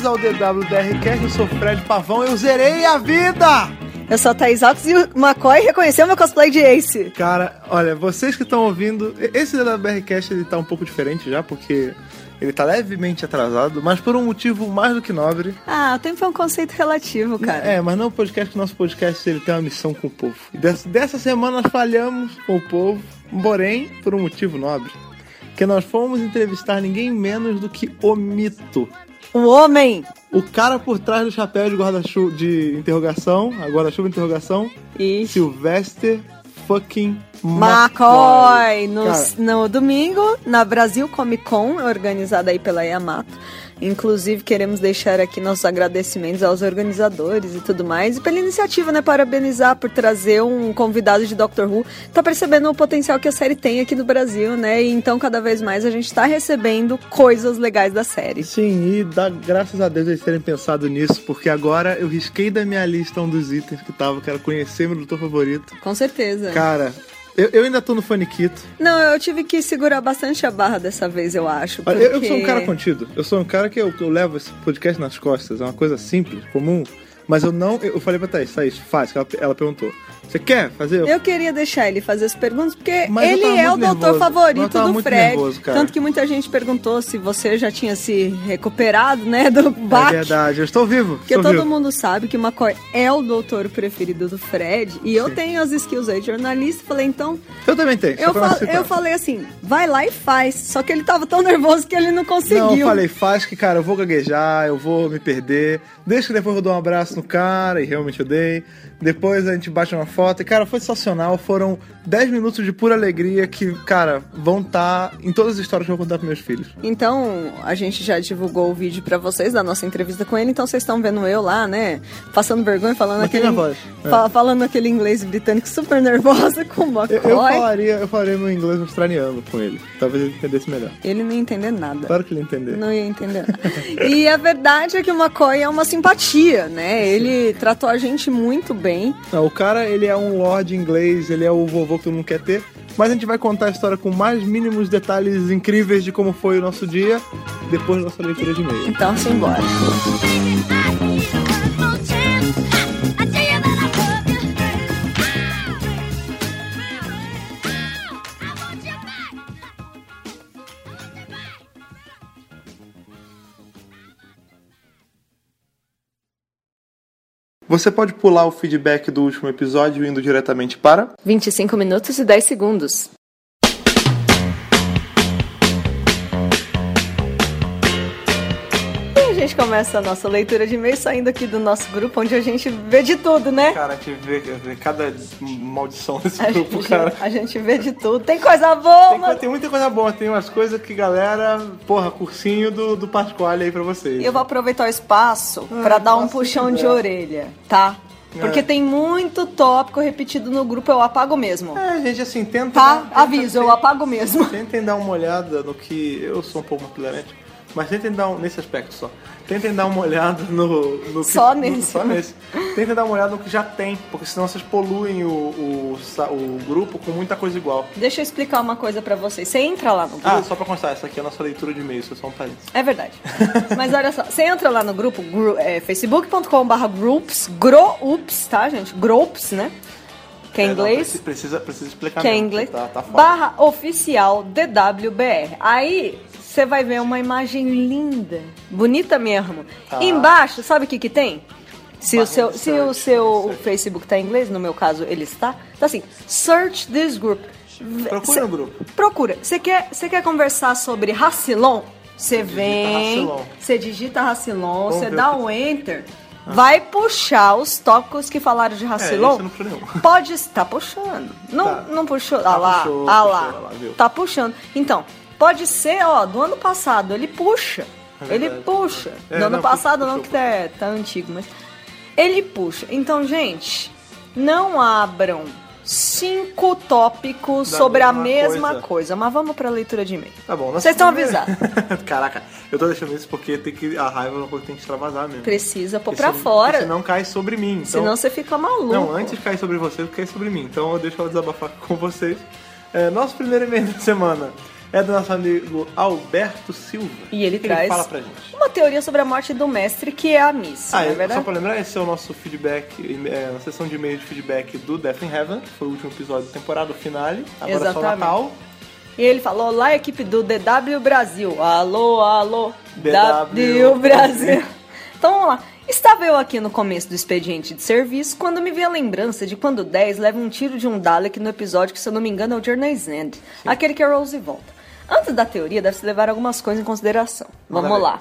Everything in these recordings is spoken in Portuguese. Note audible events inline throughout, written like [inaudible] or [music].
TWDRCast, eu sou Fred Pavão, eu zerei a vida! Eu sou a Thaís Alves e o McCoy reconheceu meu cosplay de Ace. Cara, olha, vocês que estão ouvindo, esse TWDRCast ele tá um pouco diferente já, porque ele tá levemente atrasado, mas por um motivo mais do que nobre. Ah, o tempo é um conceito relativo, cara. É, mas não o podcast, o nosso podcast ele tem uma missão com o povo. Dessa, dessa semana nós falhamos com o povo, porém, por um motivo nobre. Que nós fomos entrevistar ninguém menos do que o mito. O homem O cara por trás do chapéu de guarda-chuva de interrogação, a guarda-chuva de interrogação, e Sylvester fucking McCoy. McCoy no, Cara. no domingo, na Brasil Comic Con, organizada aí pela Yamato. Inclusive, queremos deixar aqui nossos agradecimentos aos organizadores e tudo mais. E pela iniciativa, né? Parabenizar por trazer um convidado de Doctor Who. Tá percebendo o potencial que a série tem aqui no Brasil, né? E então, cada vez mais, a gente tá recebendo coisas legais da série. Sim, e dá, graças a Deus eles terem pensado nisso, porque agora eu risquei da minha lista um dos itens que tava, que era conhecer meu doutor favorito. Com certeza. Cara, eu, eu ainda tô no faniquito. Não, eu tive que segurar bastante a barra dessa vez, eu acho. Olha, Eu, eu porque- sou um cara contido. Eu sou um cara que eu, que eu levo esse podcast nas costas. É uma coisa simples, comum. Mas eu não. Eu falei pra Thaís, Thaís, faz. que Ela, ela perguntou: Você quer fazer? Eu queria deixar ele fazer as perguntas, porque Mas eu ele tava é o muito doutor nervoso. Mas eu favorito tava do muito Fred. nervoso, cara. tanto que muita gente perguntou se você já tinha se recuperado, né, do É baque. verdade, eu estou vivo. porque estou todo vivo. mundo sabe que o McCoy é o doutor preferido do Fred. E eu Sim. tenho as skills aí de jornalista. Falei, então. Eu também tenho. só Eu, pra não fa- citar. eu falei assim, vai lá e faz. Só que ele tava tão nervoso que ele não conseguiu. Não, eu falei, faz que, cara, eu vou gaguejar, eu vou me perder. Deixa que depois eu dou um abraço no cara, e realmente eu dei. Depois a gente bate uma foto. E, cara, foi sensacional. Foram 10 minutos de pura alegria que, cara, vão estar em todas as histórias que eu vou contar pros meus filhos. Então, a gente já divulgou o vídeo pra vocês da nossa entrevista com ele, então vocês estão vendo eu lá, né? Passando vergonha, falando Mas tem aquele. minha voz, é. fa- Falando aquele inglês britânico super nervosa com o McCoy. Eu, eu falaria, eu falaria meu inglês australiano com ele. Talvez ele entendesse melhor. Ele não ia entender nada. Claro que ele entender. Não ia entender. e a verdade é que o McCoy é uma simpatia, né? Ele tratou a gente muito bem. Não, o cara, ele é um lord inglês, ele é o vovô que todo mundo quer ter. Mas a gente vai contar a história com mais mínimos detalhes incríveis de como foi o nosso dia, depois da nossa leitura de e-mail. Então, simbora. Você pode pular o feedback do último episódio indo diretamente para. 25 minutos e 10 segundos. E a gente começa a nossa leitura de e-mail saindo aqui do nosso grupo, onde a gente vê de tudo, né? Cara, que vê, vê cada maldição desse A grupo, gente, cara. a gente vê de tudo. Tem coisa boa, Tem, mano. co- tem muita coisa boa, tem umas coisas que galera. Porra, cursinho do, do Pasquale aí pra vocês. E eu vou aproveitar o espaço Ah, pra dar um faça o que puxão de quiser. orelha, tá? Porque É. tem muito tópico repetido no grupo, eu apago mesmo. É, gente, assim, tenta. Tá? tenta- Aviso, eu apago mesmo. [laughs] Tentem dar uma olhada no que. Eu sou um pouco mais tolerante, mas tentem dar um. Nesse aspecto só. Tentem dar uma olhada no. no que- Só no- nesse. só nesse. Tentem dar uma olhada no que já tem, porque senão vocês poluem o, o, sa- o grupo com muita coisa igual. Deixa eu explicar uma coisa pra vocês. Você entra lá no grupo. Ah, só pra constar, essa aqui é a nossa leitura de e-mail, isso é só um parênteses. É verdade. Mas olha só, você entra lá no grupo, gru, é, facebook.com.br groups, groups, tá, gente? Groups, né? Que é não, inglês. preci- Precisa, precisa explicar que é em mesmo, inglês, Tá, tá foda. barra oficial DWBR. Aí você vai ver uma imagem linda, bonita mesmo. Tá. Embaixo, sabe o que que tem? Se Barra o seu, de se o search, seu search. Facebook tá em inglês, no meu caso ele está, tá assim, search this group. V- Procura cê- um grupo. Procura. Você quer, você quer conversar sobre Racilon? Você digita vem, Racilon. você digita Racilon, Vamos você ver dá o que- Ah. um enter, vai puxar os tópicos que falaram de Racilon. É, esse eu não puxo nenhum. Pode estar puxando. Não, Tá. não puxou. Tá, ah lá, puxou, ah puxou, lá. ah lá, viu? tá puxando. Então, pode ser, ó, do ano passado. Ele puxa. É ele verdade. puxa. É, do ano não, puxa, passado não, puxou, que tá, tá antigo, mas. Ele puxa. Então, gente, não abram cinco tópicos Da sobre a mesma mesma coisa. coisa. mas vamos pra leitura de e-mail. Tá bom, nós- Vocês estão avisados. [laughs] Caraca, eu tô deixando isso porque tem que, a raiva não tem que extravasar mesmo. Precisa pôr Porque pra se- fora. porque Senão cai sobre mim. Então, senão você fica maluco. Não, antes de cair sobre você, cai sobre mim. Então eu deixo ela desabafar com vocês. É, nosso primeiro e-mail [laughs] da semana é do nosso amigo Alberto Silva. E ele O que traz- Ele fala pra gente. Uma teoria sobre a morte do mestre, que é a Miss, Ah, não é e só verdade? pra lembrar, esse é o nosso feedback, é, a sessão de e-mail de feedback do Death in Heaven, que foi o último episódio da temporada, o finale. Agora é só Exatamente. Natal. E ele falou, olá equipe do DW Brasil. Alô, alô, DW DW Brasil. [laughs] Então vamos lá. Estava eu aqui no começo do expediente de serviço quando me veio a lembrança de quando o 10 leva um tiro de um Dalek no episódio que, se eu não me engano, é o Journey's End. Aquele que a Rose volta. Antes da teoria, deve-se levar algumas coisas em consideração. Manda Vamos ver. lá.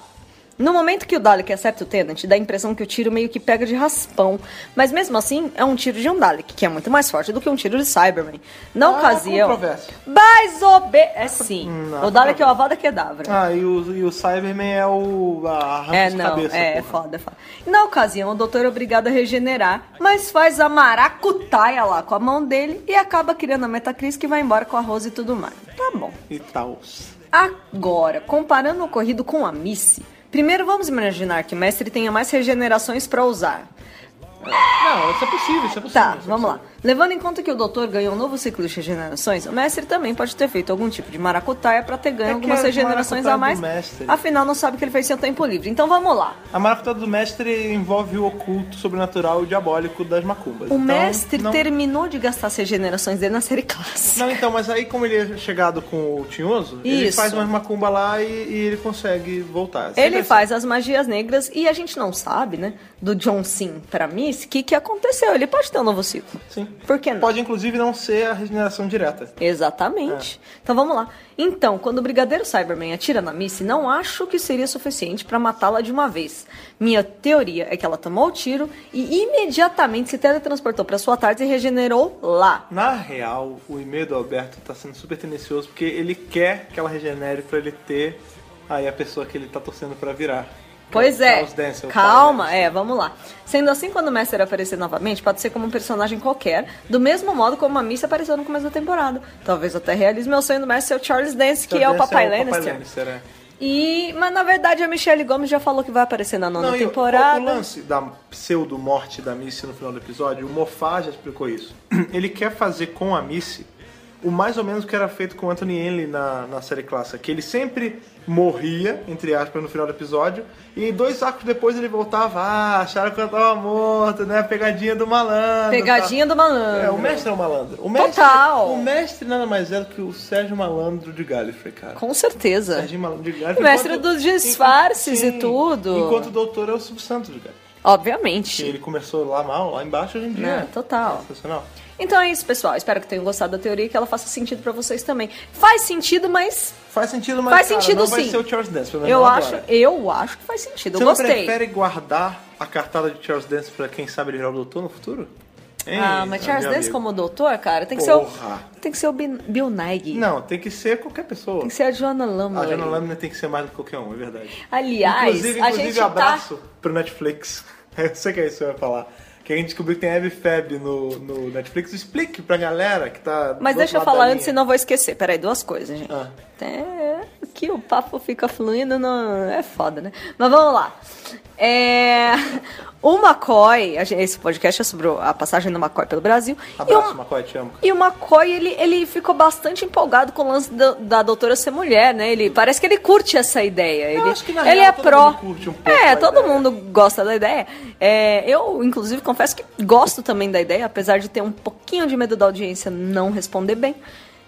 No momento que o Dalek acerta o Tenant, dá a impressão que o tiro meio que pega de raspão. Mas mesmo assim, é um tiro de um Dalek, que é muito mais forte do que um tiro de Cyberman. Na Ah, ocasião. controverso. Mais ou be... É sim. Hum, o Dalek é o Avada Kedavra. Ah, e o, e o Cyberman é o a arranca É, de não, cabeça. é, é porra. foda, é foda. Na ocasião, o doutor é obrigado a regenerar, mas faz a maracutaia lá com a mão dele e acaba criando a metacrise que vai embora com a Rose e tudo mais. Tá bom. E tal. Agora, comparando o ocorrido com a Missy, primeiro vamos imaginar que o mestre tenha mais regenerações pra usar. Não, isso é possível, isso é possível. Tá, vamos lá. Levando em conta que o doutor ganhou um novo ciclo de regenerações, o mestre também pode ter feito algum tipo de maracutaia pra ter ganho É que algumas é regenerações maracutaia a mais. do mestre. Afinal, não sabe o que ele fez seu tempo livre. Então vamos lá. A maracutaia do mestre envolve o oculto, sobrenatural e diabólico das macumbas. O Então, mestre não... terminou de gastar as regenerações dele na série clássica. Não, então, mas aí como ele é chegado com o Tinhoso, ele Isso. faz umas macumba lá e, e ele consegue voltar. Sempre Ele assim. faz as magias negras e a gente não sabe, né? Do John Sim pra Miss, o que, que aconteceu. Ele pode ter um novo ciclo. assim. Sim. Por que não? Pode, inclusive, não ser a regeneração direta. Exatamente. É. Então vamos lá. Então, quando o brigadeiro Cyberman atira na Missy, não acho que seria suficiente pra matá-la de uma vez. Minha teoria é que ela tomou o tiro e imediatamente se teletransportou pra sua tarde e regenerou lá. Na real, o e-mail do Alberto tá sendo super tendencioso porque ele quer que ela regenere pra ele ter aí a pessoa que ele tá torcendo pra virar. Pois é. Charles Dance, eu né? Calma, é, vamos lá. Sendo assim, quando o Mestre aparecer novamente, pode ser como um personagem qualquer, do mesmo modo como a Missy apareceu no começo da temporada. Talvez eu até realize meu sonho do Mestre ser o Charles Dance, que Charles é o Dance Papai Papai Lannister. Lannister, é. E, mas na verdade a Michelle Gomes já falou que vai aparecer na nona Não, e o- temporada. O, lance da pseudo-morte da Missy no final do episódio, o Mofá já explicou isso. [clears throat] Ele quer fazer com a Missy o mais ou menos que era feito com o Anthony Henley na, na série clássica, que ele sempre morria, entre aspas, no final do episódio, e dois arcos depois ele voltava, ah, acharam que eu tava morto, né, pegadinha do malandro. Pegadinha tá. do malandro. É, o mestre é o malandro. O mestre, Total. O mestre nada mais é do que o Sérgio Malandro de Gallifrey, cara. Com certeza. Sérgio Malandro Tá de Gallifrey. Mestre enquanto- dos disfarces Sim, e tudo. Enquanto o doutor é o subsanto de Gallifrey. Que Obviamente. ele começou lá mal, lá embaixo, hoje em dia. Não, total. É sensacional. Então é isso, pessoal. Espero que tenham gostado da teoria e que ela faça sentido pra vocês também. Faz sentido, mas Faz sentido, mas Faz cara, sentido, não vai sim. ser o Charles Dance, pelo menos eu não acho, agora. eu acho que faz sentido. Você eu não gostei. prefere guardar a cartada de Charles Dance pra quem sabe ele virar o doutor no futuro? Hein, Ah, mas Charles meu Dance amigo? como doutor, cara, tem que Porra. ser o, tem que ser o Bin- Bill Nighy. Não, tem que ser qualquer pessoa. Tem que ser a Joanna A Lumley. Jana Lamina tem que ser mais do que qualquer um, é verdade. Aliás, inclusive, a inclusive um gente tá abraço pro Netflix. [laughs] Eu sei que é isso que eu ia falar. Que a gente descobriu que tem Eve Feb no, no Netflix. Explique pra galera que tá. Mas do deixa eu outro lado falar da antes, linha. senão eu vou esquecer. Peraí, duas coisas, gente. Ah. É que o papo fica fluindo, não... é foda, né? Mas vamos lá. É... O McCoy, a gente- esse podcast é sobre o- a passagem do McCoy pelo Brasil. Abraço, e um o, Macoy, te amo. e o McCoy, ele, ele ficou bastante empolgado com o lance do- da doutora ser mulher, né? Ele, parece que ele curte essa ideia. Ele, acho que, na ele real, é todo pró. mundo curte um pouco é, a todo ideia. mundo gosta da ideia. É, eu, inclusive, confesso que gosto também da ideia, apesar de ter um pouquinho de medo da audiência não responder bem.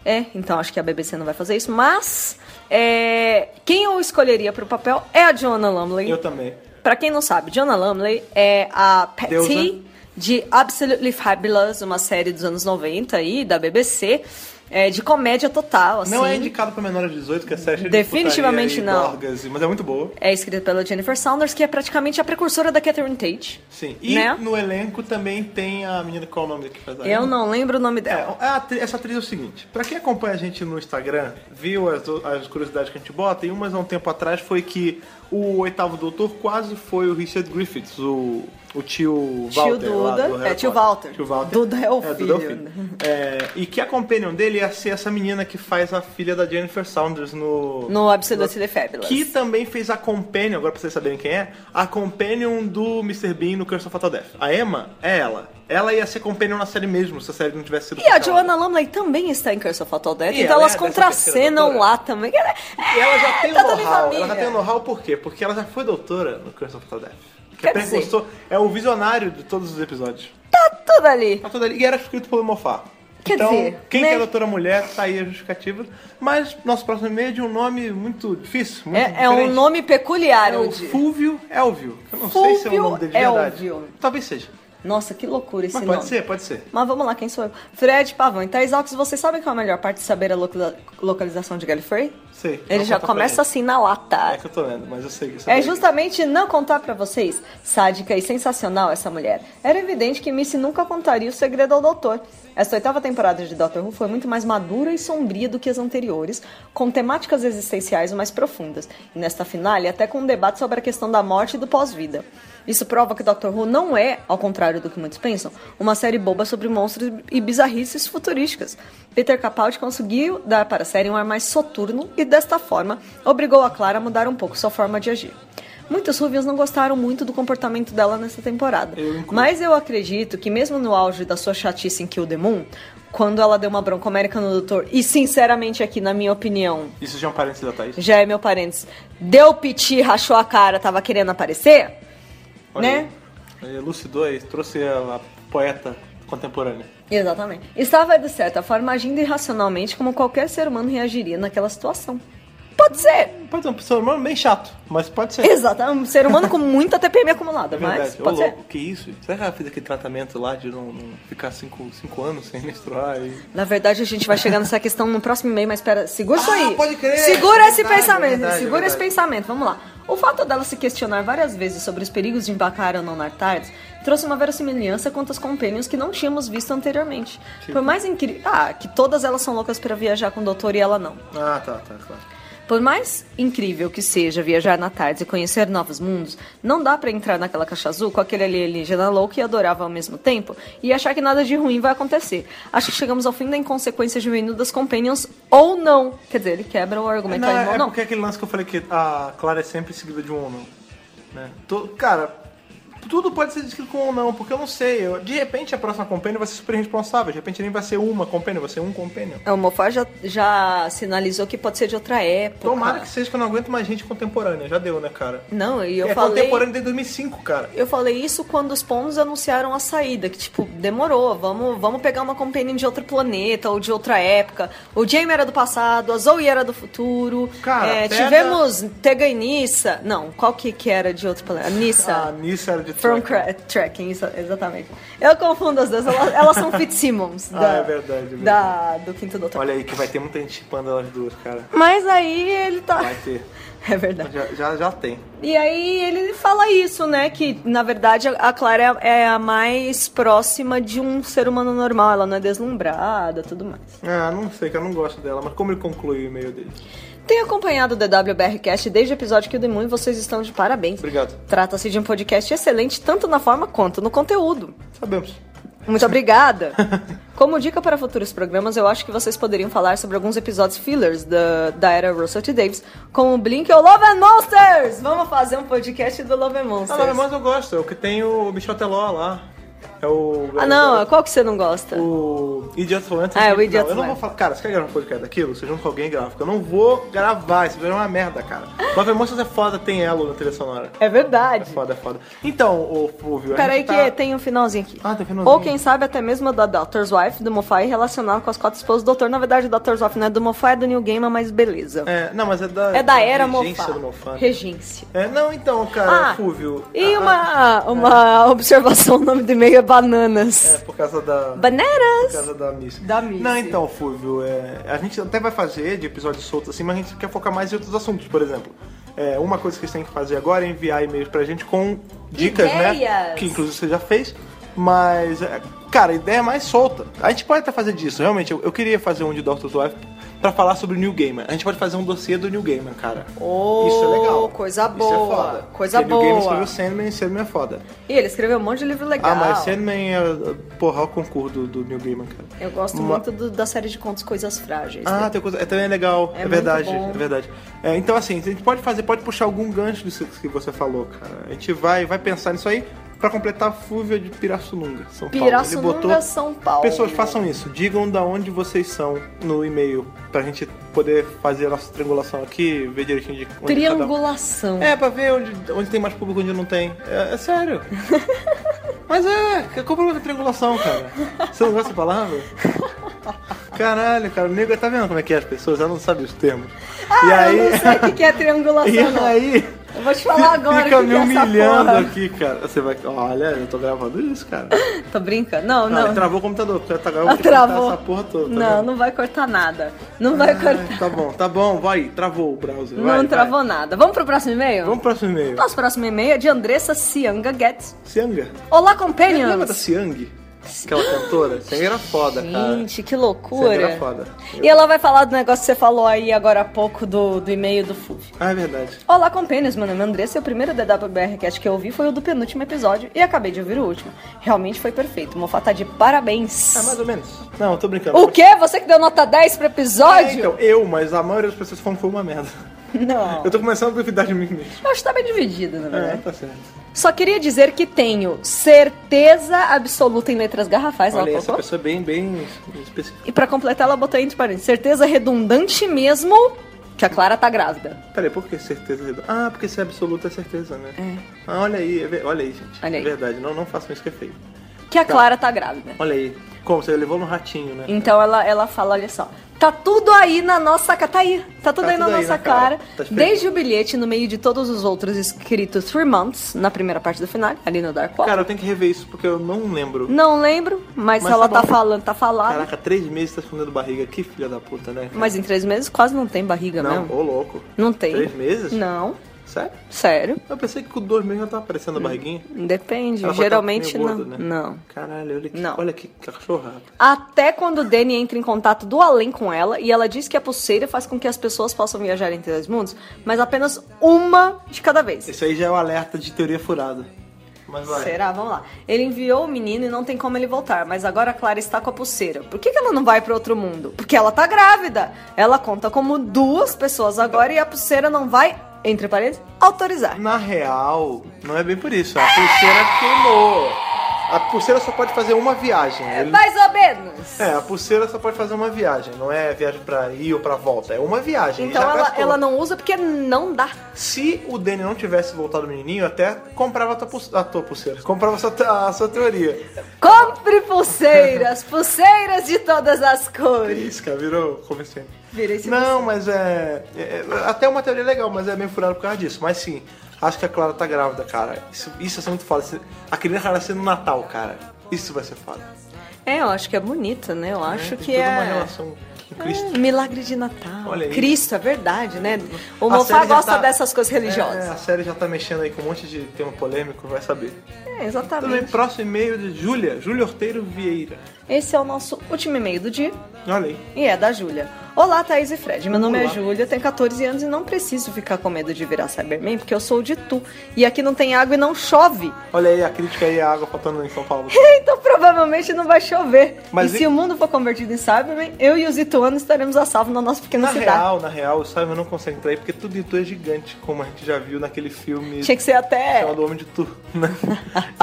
É, então acho que a BBC não vai fazer isso, mas é, quem eu escolheria para o papel é a Joanna Lumley. Eu também. Pra quem não sabe, Joanna Lumley é a Patty Deusa. de Absolutely Fabulous, uma série dos anos 90 aí, da BBC, é, de comédia total, assim. Não é indicado pra menores de 18, que a série é cheia de Definitivamente putaria e não. Dorgas, e- mas é muito boa. É escrita pela Jennifer Saunders, que é praticamente a precursora da Catherine Tate. Sim. E Né? no elenco também tem a menina, qual é o nome que faz a Eu Amy? não lembro o nome É, dela. a atri- essa atriz é o seguinte, pra quem acompanha a gente no Instagram, viu as, o- as curiosidades que a gente bota, e umas há um tempo atrás foi que o oitavo doutor quase foi o Richard Griffiths, o, o tio Tio Walter. lá Duda. do Harry É, tio Potter. Walter. Tio Walter. Duda é o Duda filho. É, e que a companion dele ia ser essa menina que faz a filha da Jennifer Saunders no... No Absolutely Fabulous. Que também fez a Companion, agora pra vocês saberem quem é, a Companion do Mr. Bean no Curse of Fatal Death. A Emma é ela. Ela ia ser companion na série mesmo, se a série não tivesse sido E a cancelada. Joanna Lumley também está em Curse of Fatal Death, é? E então ela é elas dessa contracenam terceira lá também. é, E ela já tem o tá tudo em know-how. Ela já família. tem o know-how por quê? Porque ela já foi doutora no Curse of the Death. Que é Quer dizer- precursor, é o visionário de todos os episódios. Tá tudo ali. Tá tudo ali. E era escrito pelo Mofá. Quer então, dizer, quem né? quer doutora mulher, tá aí a justificativa. Mas nosso próximo e-mail é de um nome muito difícil, muito É, é um diferente. nome peculiar, É o Udi. Fulvio Elvio. Eu não sei se é o Fulvio nome dele de verdade. Elvio. Talvez seja. Nossa, que loucura esse Mas nome. pode ser, pode ser. Mas vamos lá, quem sou eu? Fred Pavão. Então, Exalx, vocês sabem qual é a melhor parte de saber a locla- localização de Gallifrey? Sei. Ele Não já conta pra começa gente. assim na É lata. que eu tô lendo, mas eu sei que isso É daí- justamente não contar pra vocês. Sádica e sensacional essa mulher. Era evidente que Missy nunca contaria o segredo ao doutor. Esta oitava temporada de Doctor Who foi muito mais madura e sombria do que as anteriores, com temáticas existenciais mais profundas. E nesta finale, até com um debate sobre a questão da morte e do pós-vida. Isso prova que Doctor Who não é, ao contrário do que muitos pensam, uma série boba sobre monstros e bizarrices futurísticas. Peter Capaldi conseguiu dar para a série um ar mais soturno e, desta forma, obrigou a Clara a mudar um pouco sua forma de agir. Muitos Rubians não gostaram muito do comportamento dela nessa temporada. mas eu acredito que mesmo no auge da sua chatice em Kill the Moon, quando ela deu uma broncomérica no doutor, e sinceramente aqui, na minha opinião, Isso já é um parênteses da Thaís. já é meu parênteses, deu piti, rachou a cara, tava querendo aparecer, Olha né? aí. Ele elucidou e trouxe a, a poeta contemporânea. Exatamente. Estava, de certa forma, agindo irracionalmente como qualquer ser humano reagiria naquela situação. Pode ser! Pode ser um ser humano bem chato, mas pode ser. Exatamente. Um ser humano com muita TPM acumulada, É mas verdade. Ô, pode ser. louco, que isso? Será que ela fez aquele tratamento lá de não, não ficar cinco, cinco anos sem menstruar? E... Na verdade, a gente vai chegar nessa questão no próximo e-mail, mas espera, segura isso Ah, aí. pode crer. Segura esse Verdade, pensamento, verdade, segura verdade. esse pensamento, vamos lá. O fato dela se questionar várias vezes sobre os perigos de embarcar ou não na TARDIS trouxe uma verossimilhança quanto aos companions que não tínhamos visto anteriormente. Tipo? Por mais incrível... Ah, que todas elas são loucas pra viajar com o doutor e ela não. Ah, tá, tá, claro. Por mais incrível que seja viajar na tarde e conhecer novos mundos, não dá pra entrar naquela caixa azul com aquele alienígena louco e adorável ao mesmo tempo e achar que nada de ruim vai acontecer. Acho que chegamos ao fim da inconsequência juvenil das Companions, ou não. Quer dizer, ele quebra o argumento Não, aí, ou é não. porque aquele lance que eu falei que a Clara é sempre seguida de um ou não. Né? Tu- cara, tudo pode ser descrito com um ou não, porque eu não sei. eu- de repente a próxima companion vai ser super responsável. De repente nem vai ser uma companion, vai ser um companion. É, O Mofá já, já sinalizou que pode ser de outra época. Tomara que seja que eu não aguento mais gente contemporânea. Já deu, né, cara? Não, e eu é falei... contemporâneo desde 2005, cara. Eu falei isso quando os pomos anunciaram a saída, que tipo, demorou, vamos, vamos pegar uma companion de outro planeta ou de outra época. O Jamie era do passado, a Zoe era do futuro. Cara, É, pega- tivemos Tega e Nissa. Não, qual que que era de outro planeta? Nissa. A Nissa Ah, era de From Troika. cra- Tracking, isso, exatamente. Eu confundo as duas, elas, elas são [laughs] Fitzsimmons. Ah, da, é verdade, é verdade. da- do Quinto Doutor. Olha aí que vai ter muita gente chipando elas duas, cara. Mas aí ele tá... Vai ter. [laughs] É verdade. Já, já, já tem. E aí ele fala isso, né? Que na verdade a Clara é é a mais próxima de um ser humano normal, ela não é deslumbrada tudo mais. Ah, não sei, que eu não gosto dela, mas como ele conclui o e-mail dele? Tenho acompanhado o DWBRcast desde o episódio que o Demon e vocês estão de parabéns. Obrigado. Trata-se de um podcast excelente, tanto na forma quanto no conteúdo. Sabemos. [laughs] Muito obrigada. Como dica para futuros programas, eu acho que vocês poderiam falar sobre alguns episódios fillers da, da era Russell T. Davis, como Blink ou Love and Monsters! Vamos fazer um podcast do Love and Ah, Monsters. não, mas eu gosto. É o que tem o Michel Teló lá. É o. Ah, não, qual que você não gosta? O Idiot Lantern. Ah, é o Não, Idiot's Eu não vou Lantern. falar. Cara, você quer gravar um podcast daquilo? Você junta com alguém e grava. Porque eu não vou gravar. Isso é uma merda, cara. Love and Monsters é foda, tem elo na trilha sonora. É É verdade. foda, é foda. Então, o Fulvio. a Peraí gente que tá- tem um finalzinho aqui. Ah, tem um finalzinho. Ou quem sabe até mesmo a da Doctor's Wife, do Moffat, relacionado com as quatro esposas do Doutor. Na verdade, a Doctor's Wife não é do Moffat, é do New Gamer, mas beleza. É, não, mas é da. É, da era regência Moffat. do Moffat. Regência. É, não, então, cara, ah, Fulvio. e a- uma, uma observação, o nome do e-mail É, é Bananas. por causa da. Por Bananas! causa da Miss. Da Miss. Não, então, Fúvio, é, a gente até vai fazer de episódios soltos assim, mas a gente quer focar mais em outros assuntos, por exemplo. É, uma coisa que vocês têm que fazer agora é enviar e-mails pra gente com dicas, né? Ideias. Que inclusive você já fez. Mas, é, cara, a ideia é mais solta. A gente pode até fazer disso, realmente. Eu, eu queria fazer um de Doctor's Wife pra falar sobre o New Gamer. A gente pode fazer um dossiê do New Gamer, cara. Oh, Isso é legal. coisa Isso é boa, foda. coisa Porque New Gamer boa. escreveu Sandman e Sandman é foda. Ih, ele escreveu um monte de livro legal. Ah, mas Sandman é, porra, é o concurso do, do New Gamer, cara. Eu gosto Ma- muito do- da série de contos Coisas Frágeis. Ah, né? tem coisa. É, também é legal. É, É muito verdade, bom. é verdade. É, então, assim, a gente pode fazer, pode puxar algum gancho disso que você falou, cara. A gente vai, vai pensar nisso aí. Pra completar, Fúvia de Pirassununga, São Paulo. Ele Pirassununga, botou... São Paulo. Pessoas, façam isso. Digam da onde vocês são no e-mail, pra gente poder fazer a nossa triangulação aqui, ver direitinho de onde cada um- Triangulação. É, pra ver onde, onde tem mais público e onde não tem. É, é [laughs] sério. Mas é, que é problema da triangulação, cara. Você não gosta dessa palavra? Caralho, cara, o nego tá vendo como é que é as pessoas, ela não sabe os termos. e aí, Ah, Eu não sei o que que é [laughs] triangulação, e não. aí Eu vou te falar agora fica o que me que é essa humilhando porra. aqui, cara. Você vai, olha, eu tô gravando isso, cara. Tô brincando? Não, Não, não. ele travou o computador, porque tá Ah, gravando travou. essa porra toda. tá não, vendo? não vai cortar nada. Não vai cortar. Ah, Tá bom, tá bom, vai, travou o browser. vai, não vai. travou nada. Vamos pro próximo e-mail? Vamos pro próximo e-mail. Nosso próximo e-mail é de Andressa Cianga Guedes. Sianga. Olá, É, Lembra da companions! Siang? Aquela cantora? Siang era foda, cara. Gente, que Siang loucura! era foda. E ela vai falar do negócio que você falou aí agora há pouco do, do e-mail do FUV. Ah, é verdade. Olá, companheiros. Meu nome é Andressa e o primeiro DWBRcast que eu ouvi foi o do penúltimo episódio e acabei de ouvir o último. Realmente foi perfeito. Mofá tá de parabéns. Ah, mais ou menos. Não, eu tô brincando. O quê? Você que deu nota 10 pro É, episódio? então, eu, mas a maioria das pessoas falam que foi uma merda. Não. Eu tô começando a duvidar de mim mesmo. Eu acho que tá bem dividido, na É, verdade. tá certo. Só queria dizer que tenho certeza absoluta em letras garrafais, Olha, ela essa colocou. pessoa é bem, bem específica. E pra completar, ela botou entre parênteses. Certeza redundante mesmo que a Clara tá grávida. Peraí, por que certeza? redonda? Ah, porque isso é absoluta certeza, né? Ah, olha aí, é ver- olha aí, gente. Olha aí. É verdade, não, não façam isso que é feio. Que a Clara tá grávida. Olha aí. Como? Você levou no ratinho, né? Então ela, ela fala, olha só. Tá tudo aí na nossa. Tá aí. Tá tudo Tá aí na tudo aí nossa na cara. cara. Tá esperando. Desde o bilhete, no meio de todos os outros escritos Three Months, na primeira parte do final, ali no Dark Wall. Cara, eu tenho que rever isso porque eu não lembro. Não lembro, mas, Mas ela tá, tá bom. falando, tá falado. Caraca, três meses tá escondendo barriga. Que filha da puta, né? cara? Mas em três meses quase não tem barriga Não, mesmo. ô louco. Não tem. Três meses? Não, Sério? sério. Eu pensei que com dois meses já tava aparecendo a barriguinha. Depende. Ela pode tá Hum. Geralmente meio não. gorda, né? Não. Caralho, olha que, Não. olha que cachorra. Até quando o Danny entra em contato do além com ela e ela diz que a pulseira faz com que as pessoas possam viajar entre os mundos, mas apenas uma de cada vez. Esse aí já é o alerta de teoria furada. Mas vai. Será? Vamos lá. Ele enviou o menino e não tem como ele voltar, mas agora a Clara está com a pulseira. Por que, que ela não vai para outro mundo? Porque ela tá grávida. Ela conta como duas pessoas agora e a pulseira não vai, entre parênteses, autorizar. Na real, não é bem por isso. A pulseira queimou. A pulseira só pode fazer uma viagem. Ele- É Mais ou menos. É, a pulseira só pode fazer uma viagem. Não é viagem pra ir ou pra volta. É uma viagem. Então Já ela, gastou. ela não usa porque não dá. Se o Danny não tivesse voltado o menininho, eu até comprava a tua, pulse- a tua pulseira. Comprava a sua, a sua teoria. Compre pulseiras, pulseiras de todas as É cores. isso, cara. Virou comerciante. Virei esse Não, mas é, é- é- Até uma teoria legal, mas é meio furado por causa disso. Mas sim, acho que a Clara tá grávida, cara. Isso, isso vai ser muito foda. Esse- A criança vai ser no Natal, cara. Isso vai ser foda. né? É, eu acho que é bonita, né? Eu acho Tem que toda é. uma relação com Cristo. É, milagre de Natal. Olha aí. Cristo, é verdade, né? O A Mofá série já gosta tá- dessas coisas É, a religiosas. série já tá mexendo aí com um monte de tema polêmico, vai saber. É, Também, exatamente. próximo e-mail de Júlia, Júlia Orteiro Vieira. Esse é o nosso último e-mail do dia Olha aí. e é da Júlia. Olá, Thaís e Fred. Meu nome é Olá. Júlia, tenho 14 anos e não preciso ficar com medo de virar Cyberman porque eu sou de Tu. E aqui não tem água e não chove. Olha aí a crítica aí, a água faltando em São [laughs] Paulo. Então provavelmente não vai chover. Mas e e- se o mundo for convertido em Cybermen, eu e os ituanos estaremos a salvo na nossa pequena Na cidade. real, na real, o Simon não consegue entrar aí porque tudo em tu é gigante, como a gente já viu naquele filme Tinha que ser até. chamado Homem de Tu, né?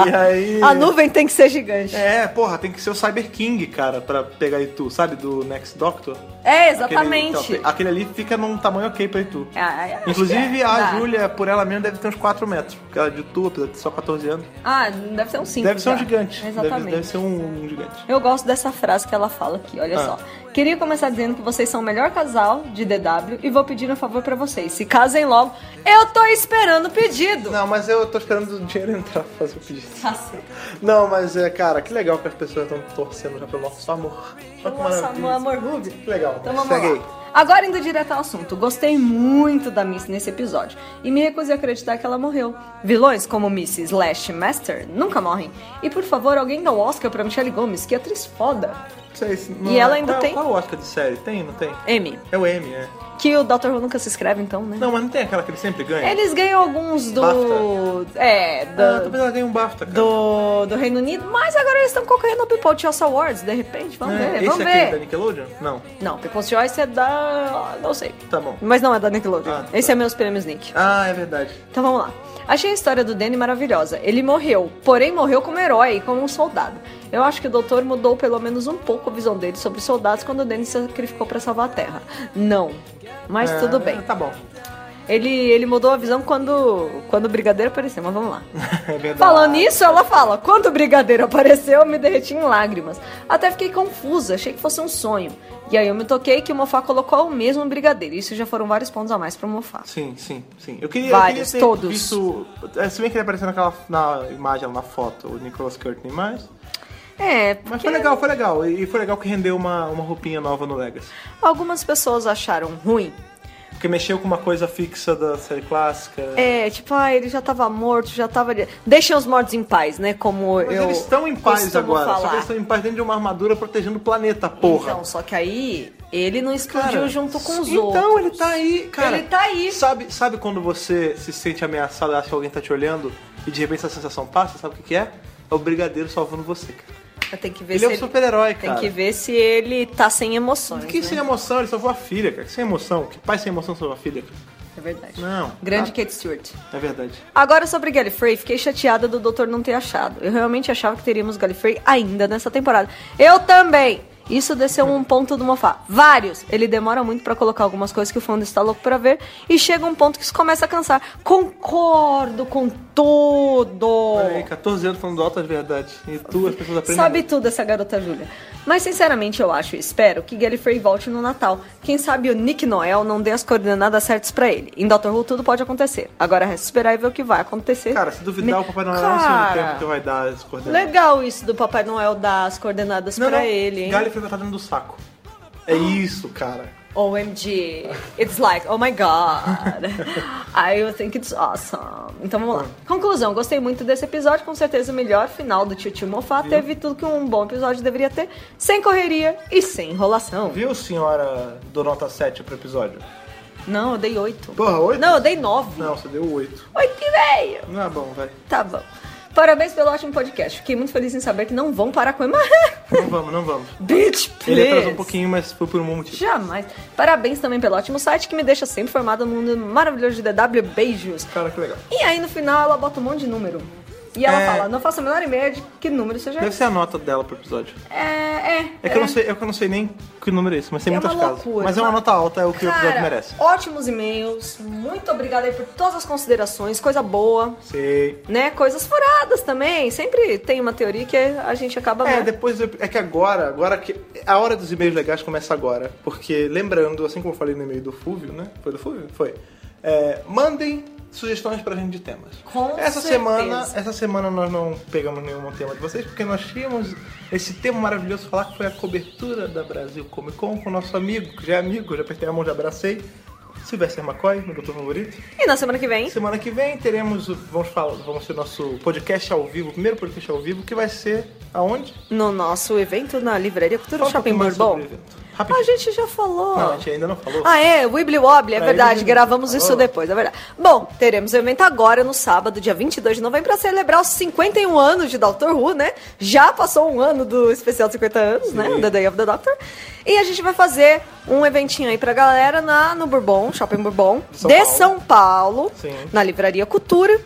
e aí. [laughs] A nuvem tem que ser gigante. É, É, porra, tem que ser o Cyber King, cara, pra pegar Itu, sabe? Do Next Doctor. É, exatamente. Aquele, então, aquele ali fica num tamanho ok pra Itu. Ah, é, acho Inclusive, que é. a Dá. Júlia, por ela mesma, deve ter uns 4 metros. Porque ela é de Tu, apesar de ter só 14 anos. Ah, deve ser um cinco. Deve ser um já. gigante. Exatamente. Deve, deve ser um, um gigante. Eu gosto dessa frase que ela fala aqui, olha Ah. só. Queria começar dizendo que vocês são o melhor casal de DW e vou pedir um favor pra vocês. Se casem logo, eu tô esperando o pedido. Não, mas eu tô esperando o dinheiro [laughs] entrar pra fazer o pedido. Tá certo. Não, mas é, cara, que legal que as pessoas estão torcendo já pelo nosso amor. Olha que Nossa, maravilha. amor, amor, Ruby. Que legal. Então vamos Segue aí. lá. Agora indo direto ao assunto, gostei muito da Miss nesse episódio e me recusei a acreditar que ela morreu. Vilões como Miss Slash Master nunca morrem. E por favor, alguém dá o Oscar pra Michelle Gomes, que atriz foda. Não sei se. não E ela é- ainda qual, é- tem? Qual é o Oscar de série? Tem? Não tem? M. É o M, é. Que o Dr. Who nunca se escreve, então, né? Não, mas não tem aquela que ele sempre ganha? Eles ganham alguns do. BAFTA. É, Ah, do, talvez ela ganhe um BAFTA, cara. do, do Reino Unido, mas agora eles estão concorrendo ao People's Choice Awards, de repente. Vamos É, ver, Esse vamos é aquele da ver. Nickelodeon? Não. Não, People's Choice é da. Não sei. Tá bom. Mas não é da Nickelodeon. Ah, tá. Esse é meus prêmios, Nick. Ah, é verdade. Então vamos lá. Achei a história do Danny maravilhosa. Ele morreu, porém morreu como herói, como um soldado. Eu acho que o doutor mudou pelo menos um pouco a visão dele sobre os soldados quando o Danny se sacrificou pra salvar a Terra. Não. Mas É, tudo bem. Tá [laughs] bom. Ele, ele mudou a visão quando, quando o brigadeiro apareceu, mas vamos lá. É verdade. Falando nisso, ela fala: quando o brigadeiro apareceu, eu me derreti em lágrimas. Até fiquei confusa, achei que fosse um sonho. E aí eu me toquei que o Mofá colocou o mesmo brigadeiro. Isso já foram vários pontos a mais pro Mofá. Sim, sim, sim. Eu queria, Vários, eu queria ter todos. visto. é, Se bem que ele apareceu naquela na imagem, na foto, o Nicholas Courtney, mas. É, Mas porque foi legal, foi legal. E foi legal que rendeu uma, uma roupinha nova no Legacy. algumas pessoas acharam ruim. Porque mexeu com uma coisa fixa da série clássica. É, tipo, ah, ele já tava morto, já tava. ali. Deixem os mortos em paz, né? Como Mas eu. eles estão em paz costumo agora. Só que falar. eles estão em paz dentro de uma armadura protegendo o planeta, porra. Então, só que aí ele não explodiu Cara, junto com os então outros. ele tá aí, cara. Ele tá aí. Sabe, sabe quando você se sente ameaçado, acha que alguém tá te olhando e de repente essa sensação passa? Sabe o que, que é? É o brigadeiro salvando você, cara. Eu tenho que ver Ele se é um super-herói, Tem cara. que ver se ele tá sem emoções. Que né? sem é emoção, ele salvou a filha, cara. Que Sem emoção. Que pai sem emoção salvou a filha? cara? É verdade. Não. Grande Ah. Kate Stewart. É verdade. Agora sobre Gallifrey, fiquei chateada do Doutor não ter achado. Eu realmente achava que teríamos Gallifrey ainda nessa temporada. Eu também! Isso desceu um ponto do Mofá. Vários! Ele demora muito pra colocar algumas coisas que o fã ainda está louco pra ver. E chega um ponto que isso começa a cansar. Concordo com tudo! Olha aí, 14 anos falando altas verdades. E tu, as pessoas aprendem. Sabe tudo essa garota Júlia. Mas sinceramente eu acho e espero que Gallifrey volte no Natal. Quem sabe o Nick Noel não dê as coordenadas certas pra ele. Em Doctor Who tudo pode acontecer. Agora resta esperar e ver o que vai acontecer. Cara, se duvidar, o Papai Noel não sei o Cara, tempo que vai dar as coordenadas. Legal isso do Papai Noel dar as coordenadas Não, pra não. ele, hein? Gallifrey vai estar dentro do saco. É isso, cara. OMG. It's like, oh [laughs] my god. I think it's awesome. Então vamos lá. Conclusão, gostei muito desse episódio, com certeza o melhor final do Tio Tio Mofá. Teve tudo que um bom episódio deveria ter, sem correria e sem enrolação. Viu, senhora do nota 7 pro episódio? Não, eu dei oito. Porra, oito? Não, eu dei nove. Não, você deu 8. Oito e meio. Não é bom, vai. Tá bom. Parabéns pelo ótimo podcast. Fiquei muito feliz em saber que não vão parar com ele. Não vamos, não vamos. [laughs] Bitch, please. Ele atrasou um pouquinho, mas foi por um motivo. Jamais. Parabéns também pelo ótimo site que me deixa sempre informada no mundo maravilhoso de DW. Beijos. Cara, que legal. E aí no final ela bota um monte de número. E ela É. fala, não faço a menor ideia de que número seja Deve esse. ser a nota dela pro episódio. É, é. É que, Eu, não sei, é que eu não sei nem que número é esse, mas tem É muitas uma casas. loucura. Mas é uma nota alta, é o que o Cara, episódio merece. ótimos e-mails. Muito obrigada aí por todas as considerações. Coisa boa. Sei. né? Coisas furadas também. Sempre tem uma teoria que a gente acaba. É, né? depois. eu- É que agora, agora que. A hora dos e-mails legais começa agora. Porque, lembrando, assim como eu falei no e-mail do Fúvio, né? Foi do Fúvio? Foi. É, mandem sugestões pra gente de temas. Com essa certeza. semana, essa semana nós não pegamos nenhum tema de vocês, porque nós tínhamos esse tema maravilhoso falar que foi a cobertura da Brasil Comic Con com o nosso amigo, que já é amigo, já apertei a mão, já abracei. Sylvester McCoy, meu doutor favorito. E na semana que vem, Semana que vem teremos, o- vamos falar, vamos ter nosso podcast ao vivo, o primeiro podcast ao vivo, que vai ser aonde? no nosso evento na Livraria Cultura Fala um Shopping pouquinho mais sobre Bourbon. o evento. A Rapidinho. gente já falou. Não, a gente ainda não falou. Ah, é, Wibbly Wobbly, é Pra verdade, eles, gravamos falou. isso depois, é verdade. Bom, teremos o evento agora no sábado, dia 22 de novembro, pra celebrar os 51 anos de Doctor Who, né? Já passou um ano do especial de 50 anos, né? Sim. The Day of the Doctor. E a gente vai fazer um eventinho aí pra galera na, no Bourbon, Shopping Bourbon, São de Paulo. São Paulo, Sim. na Livraria Cultura.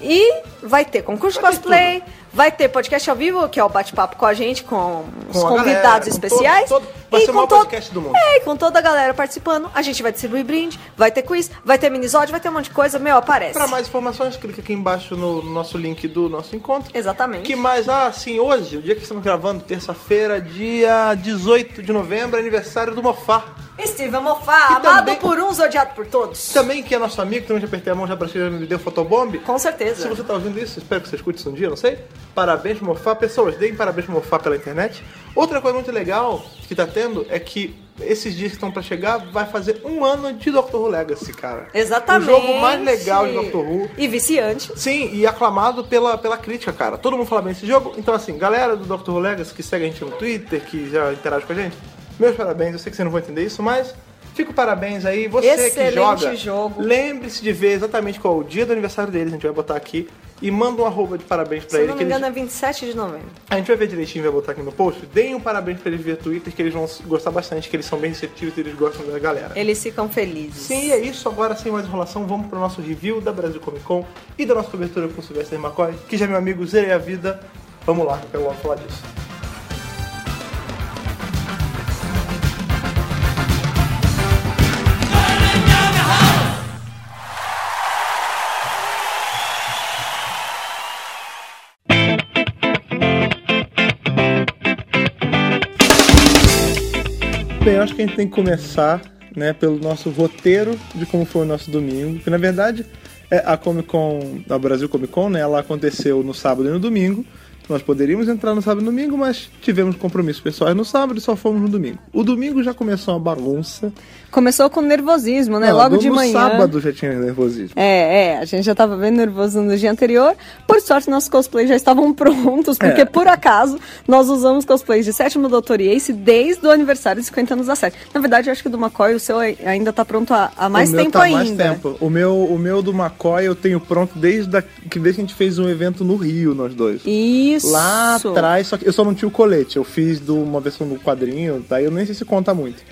E vai ter concurso de Vai ter cosplay, vai ter podcast ao vivo, que é o bate-papo com a gente, com os Com a convidados galera, com especiais. todo- todo- vai e ser o com maior todo- podcast do mundo. É, e com toda a galera participando, a gente vai distribuir brinde, vai ter quiz, vai ter minisódio, vai ter um monte de coisa, meu, aparece. Para mais informações, clica aqui embaixo no nosso link do nosso encontro. Exatamente. que mais? Ah, sim, hoje, o dia que estamos gravando, terça-feira, dia 18 de novembro, aniversário do Mofá. Steven Moffat, E amado também- por uns, odiado por todos. Também que é nosso amigo, também já apertei a mão, já abracei, já me deu fotobomb. Com Se certeza. você tá ouvindo isso, espero que você escute isso um dia, não sei. Parabéns pro Mofá. Pessoas, deem parabéns pro Mofá pela internet. Outra coisa muito legal que tá tendo é que esses dias que estão pra chegar vai fazer um ano de Doctor Who Legacy, cara. Exatamente. O jogo mais legal de Doctor Who. E viciante. Sim, e aclamado pela, pela crítica, cara. Todo mundo fala bem desse jogo. Então, assim, galera do Dr. Who Legacy que segue a gente no Twitter, que já interage com a gente, meus parabéns. Eu sei que você não vai entender isso, mas fico parabéns aí. Você que Excelente joga, jogo. lembre-se de ver exatamente qual é o dia do aniversário deles. A gente vai botar aqui e manda um arroba de parabéns pra Se eu ele. não que me eles- engano, é 27 de novembro. A gente vai ver direitinho, vai botar aqui no post. Deem um parabéns pra eles via Twitter, que eles vão gostar bastante, que eles são bem receptivos e eles gostam da galera. Eles ficam felizes. Sim, é isso. Agora, sem mais enrolação, vamos pro nosso review da Brasil Comic Con e da nossa cobertura com o Sylvester McCoy, que já é meu amigo, zerei a vida. Vamos lá, eu logo falar disso. Bem, eu acho que a gente tem que começar, né, pelo nosso roteiro de como foi o nosso domingo, que na verdade é a Comic Con, a Brasil Comic Con, né, ela aconteceu no sábado e no domingo. Nós poderíamos entrar no sábado e no domingo, mas tivemos compromissos pessoais no sábado e só fomos no domingo. O domingo já começou uma bagunça. Começou com nervosismo, né? Não, Logo no- de manhã. No sábado já tinha nervosismo. É, é, a gente já tava bem nervoso no dia anterior. Por sorte, nossos cosplays já estavam [laughs] prontos, porque É. por acaso nós usamos cosplays de sétimo doutor e Ace desde o aniversário de 50 anos da série. Na verdade, eu acho que o do McCoy, o seu ai- ainda tá pronto há, há mais o meu tempo tá ainda. mais tempo. O meu, o meu do McCoy eu tenho pronto desde, da, que, desde que a gente fez um evento no Rio, nós dois. Isso. Lá atrás, só que eu só não tinha o colete. Eu fiz de uma versão do quadrinho, daí eu nem sei se conta muito.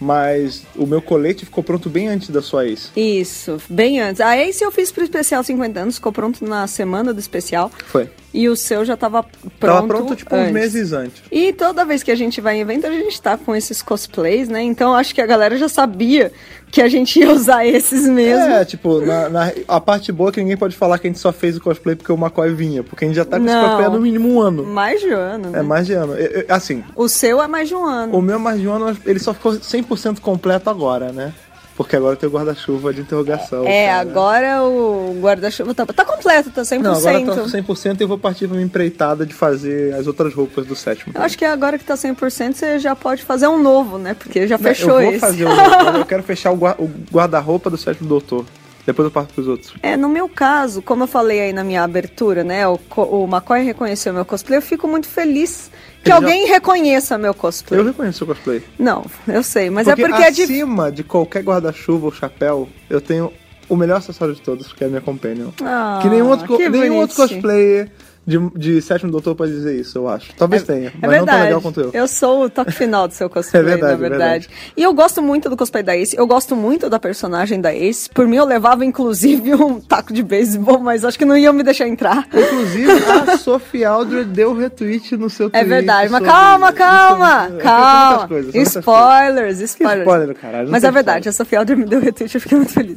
Mas o meu colete ficou pronto bem antes da sua ex. Isso, bem antes. A Ace eu fiz pro especial 50 anos, ficou pronto na semana do especial. Foi. E o seu já tava pronto. Tava pronto tipo uns antes. meses antes. E toda vez que a gente vai em evento, a gente tá com esses cosplays, né? Então acho que a galera já sabia que a gente ia usar [laughs] esses mesmo. É, tipo, na, na- a parte boa é que ninguém pode falar que a gente só fez o cosplay porque o McCoy vinha, porque a gente já tá com esse Não. cosplay há no mínimo um ano. Mais de um ano, né? É mais de ano. Eu- eu- assim, O seu é mais de um ano. O meu mais de um ano, ele só ficou 100% completo agora, né? Porque agora tem o guarda-chuva de interrogação. É, cara. agora o guarda-chuva tá, tá completo, tá 100%. Não, agora tá com 100% e eu vou partir pra minha empreitada de fazer as outras roupas do sétimo. Eu acho que agora que tá 100%, você já pode fazer um novo, né? Porque já Não, fechou eu vou esse. fazer o meu, Eu quero fechar o gua- o guarda-roupa do sétimo doutor. Depois eu passo pros outros. É, no meu caso, como eu falei aí na minha abertura, né? O, co- o McCoy reconheceu meu cosplay, eu fico muito feliz que Ele já- alguém reconheça meu cosplay. Eu assim, reconheço o cosplay. Não, eu sei, mas é porque é de acima de qualquer guarda-chuva ou chapéu, eu tenho o melhor acessório de todos, que é a minha companion. Ah, que nenhum outro, co- que nenhum outro bonitinho. cosplayer de, de sétimo doutor pode dizer isso, eu acho. Talvez É, tenha, mas não tão legal quanto eu. sou o toque final do seu [laughs] cosplay, É verdade, na verdade. verdade. E eu gosto muito do cosplay da Ace. Eu gosto muito da personagem da Ace. Por mim, eu levava, inclusive, [laughs] um taco de beisebol, mas acho que não iam me deixar entrar. Inclusive, a Sophie Aldred deu retweet no seu É Twitter. verdade, mas sobre calma, isso. calma, Isso é- calma. São muitas coisas, são muitas spoilers, spoilers. spoiler do caralho, não Mas tem é verdade, spoiler. a Sofia Alder me deu retweet, eu fiquei muito feliz.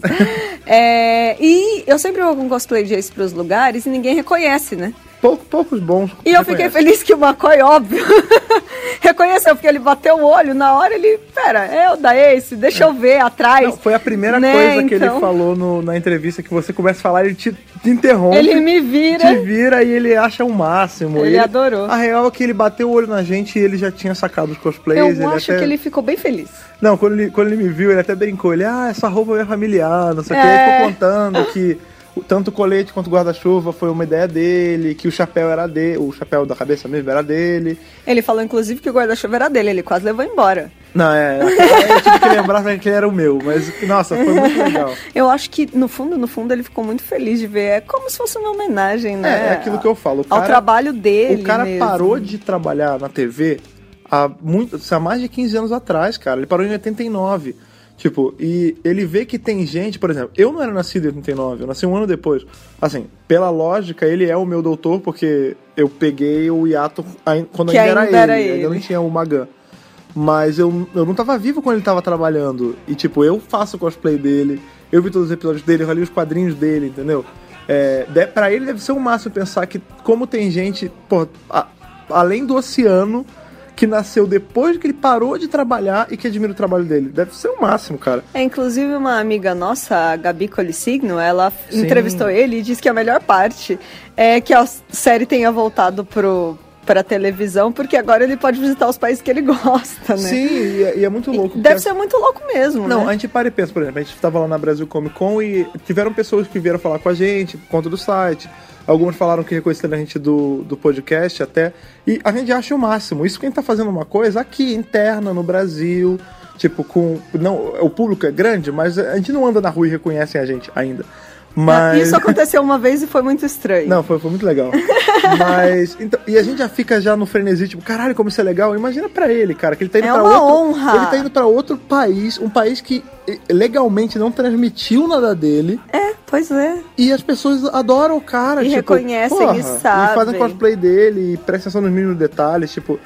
[laughs] É, e eu sempre vou com cosplay de Ace pros lugares e ninguém reconhece, né? coisas. Pouco- poucos bons. E eu fiquei reconhecem. feliz que o McCoy, óbvio, [laughs] reconheceu, porque ele bateu o olho na hora, ele, pera, é o da Ace, deixa eu ver atrás. Não, foi a primeira Né, coisa que então. ele falou no- na entrevista, que você começa a falar, ele te, te interrompe. Ele me vira. Te vira e ele acha o máximo. Ele adorou. A real é que ele bateu o olho na gente e ele já tinha sacado os cosplays. Eu ele acho até- que ele ficou bem feliz. Não, quando ele, quando ele me viu, ele até brincou. Ele, ah, essa roupa é familiar, não sei o que. É. Ele ficou contando que o- tanto o colete quanto o guarda-chuva foi uma ideia dele, que o chapéu era dele, o chapéu da cabeça mesmo era dele. Ele falou, inclusive, que o guarda-chuva era dele, ele quase levou embora. Não, é, eu tive que lembrar que ele era o meu, mas, nossa, foi muito legal. Eu acho que, no fundo, no fundo, ele ficou muito feliz de ver. É como se fosse uma homenagem, né? É, é aquilo que eu falo. O Ao cara- trabalho dele. o cara mesmo. parou de trabalhar na TV há, muito, há mais de 15 anos atrás, cara. Ele parou em 89. Tipo, e ele vê que tem gente, por exemplo, eu não era nascido em 89, eu nasci um ano depois. Assim, pela lógica, ele é o meu doutor, porque eu peguei o hiato ai- quando Que ainda, ainda era, era ele, ainda ele. não tinha o Magan. Mas eu, eu não tava vivo quando ele tava trabalhando. E, tipo, eu faço cosplay dele, eu vi todos os episódios dele, eu li os quadrinhos dele, entendeu? É, de, pra ele deve ser o máximo pensar que, como tem gente, pô, a- além do oceano, que nasceu depois que ele parou de trabalhar e que admira o trabalho dele. Deve ser o máximo, cara. É, inclusive, uma amiga nossa, a Gabi Colissigno, ela Sim. entrevistou ele e disse que a melhor parte é que a série tenha voltado pro, pra televisão, porque agora ele pode visitar os países que ele [laughs] gosta, né? Sim, e é, e é muito louco. Deve porque- ser muito louco mesmo, Não, né? a gente para e pensa, por exemplo, a gente tava lá na Brasil Comic Con e tiveram pessoas que vieram falar com a gente por conta do site. Algumas falaram que reconheceram a gente do, do podcast até. E a gente acha o máximo. Isso que a gente tá fazendo uma coisa aqui, interna, no Brasil. Tipo, com. Não, o público é grande, mas a gente não anda na rua e reconhecem a gente ainda. é, Mas. É, Isso aconteceu uma vez e foi muito estranho. Não, foi, foi muito [laughs] legal. Mas. Então, e a gente já fica já no frenesi, tipo, caralho, como isso é legal. Imagina pra ele, cara, que ele tá indo É pra uma outro. honra. Ele tá indo pra outro país, um país que eh, legalmente não transmitiu nada dele. É, pois é. E as pessoas adoram o cara, E tipo. reconhecem e porra, E fazem sabem. cosplay dele, e prestam atenção nos mínimos detalhes, tipo.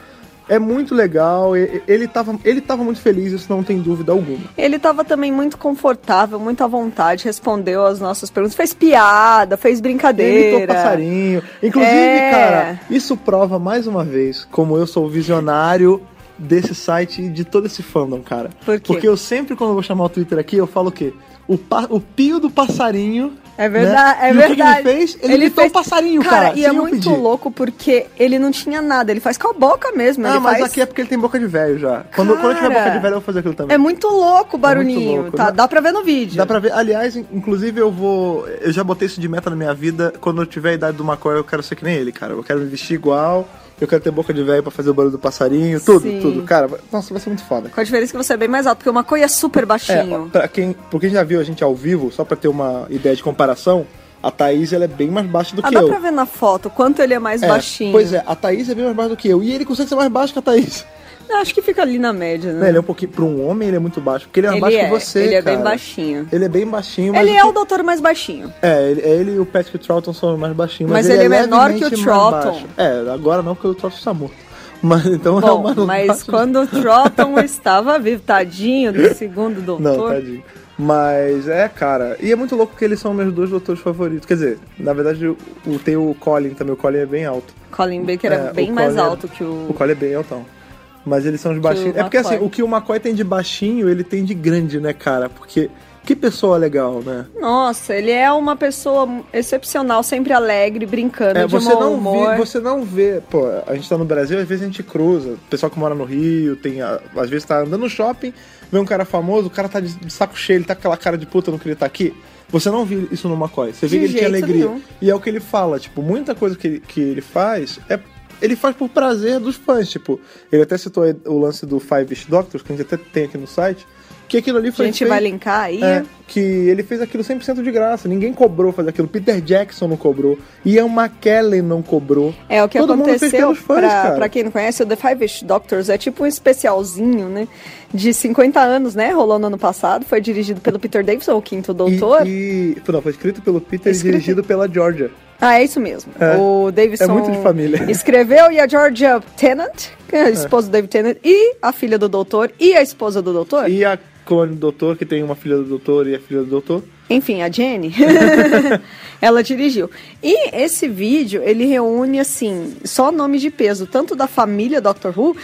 É muito legal, e- e- ele tava, ele tava muito feliz, isso não tem dúvida alguma. Ele tava também muito confortável, muito à vontade, respondeu as nossas perguntas, fez piada, fez brincadeira. Imitou passarinho. Inclusive, É. cara, isso prova mais uma vez como eu sou o visionário desse site e de todo esse fandom, cara. Por quê? Porque eu sempre, quando eu vou chamar o Twitter aqui, eu falo o quê? O, pa- o pio do passarinho. É verdade, né? é e verdade. O que que ele fez? Ele, imitou fez- o passarinho, cara. e sem é eu muito pedir. louco porque ele não tinha nada, ele faz com a boca mesmo. Ah, ele mas faz... aqui é porque ele tem boca de velho já. Quando, quando eu tiver Cara. boca de velho, eu vou fazer aquilo também. É muito louco o barulhinho, louco, tá? né? Dá pra ver no vídeo. Dá pra ver. Aliás, in- inclusive eu vou. Eu já botei isso de meta na minha vida. Quando eu tiver a idade do Macoy, eu quero ser que nem ele, cara. Eu quero me vestir igual. Eu quero ter boca de velho pra fazer o barulho do passarinho. Tudo, Sim. tudo. Cara, vai- nossa, vai ser muito foda. Com a diferença que você é bem mais alto, porque uma coisa é super É, baixinho. pra quem, pra quem já viu a gente ao vivo, só pra ter uma ideia de comparação, a Thaís ela é bem mais baixa do ah, que dá eu. pra ver na foto quanto ele é mais É, baixinho. Pois é, a Thaís é bem mais baixa do que eu. E ele consegue ser mais baixo que a Thaís. Eu acho que fica ali na média, né? Né, Ele é um pouquinho. Pra um homem, ele é muito baixo. Porque ele é mais baixo Ele é, que você. ele é bem cara. baixinho. Ele é bem baixinho, mas Ele o é que- o doutor mais baixinho. [laughs] É, ele, ele e o Patrick Troughton são mais baixinhos. Mas ele é menor levemente que o mais Troughton. baixo. É, agora não, porque o Troughton está morto. [laughs] Mas então é o Bom, mais mas baixo. quando [laughs] o Trotton estava vivo, tadinho do segundo Não, doutor. tadinho. Mas é, cara. E é muito louco porque eles são meus dois doutores favoritos. Quer dizer, na verdade, o, o- tem o Colin também. O Colin é bem alto. Colin Baker é, É, o bem mais Colin- alto que O Colin é bem altão. Mas eles são os baixinhos. o É porque assim, McCoy. o que o McCoy tem de baixinho, ele tem de grande, né, cara? Porque que pessoa legal, né? Nossa, ele é uma pessoa excepcional, sempre alegre, brincando, É, de você mau não, humor. vê, você não vê, pô, a gente tá no Brasil, às vezes a gente cruza, o pessoal que mora no Rio, tem, a- às vezes tá andando no shopping, vê um cara famoso, o cara tá de, de saco cheio, ele tá com aquela cara de puta, eu não queria estar aqui. Você não viu isso no Macoy, você vê De que ele tinha jeito alegria. nenhum. E é o que ele fala, tipo, muita coisa que ele, que ele faz é. Ele faz por prazer dos fãs, tipo, ele até citou aí o lance do Five-ish Doctors, que a gente até tem aqui no site, que aquilo ali A foi gente feito- vai linkar aí. é, que ele fez aquilo 100% de graça. Ninguém cobrou fazer aquilo. Peter Jackson não cobrou. Ian McKellen não cobrou. É, o que Todo mundo fez aconteceu, pelos fãs, pra, cara. pra quem não conhece, o The Five-ish Doctors é tipo um especialzinho, né? De 50 anos, né? Rolou no ano passado. Foi dirigido pelo Peter Davidson, o quinto E- doutor. E, não, foi escrito pelo Peter Escrito- e dirigido pela Georgia. Ah, é isso mesmo. É. O Davidson... É muito de família. [laughs] Escreveu e a Georgia Tennant, que é a esposa do David Tennant, e a filha do doutor, e a esposa do doutor. E a clone do doutor, que tem uma filha do doutor e a filha do doutor. Enfim, [laughs] a Jenny, [laughs] ela dirigiu. E esse vídeo, ele reúne, assim, só nome de peso, tanto da família Doctor Who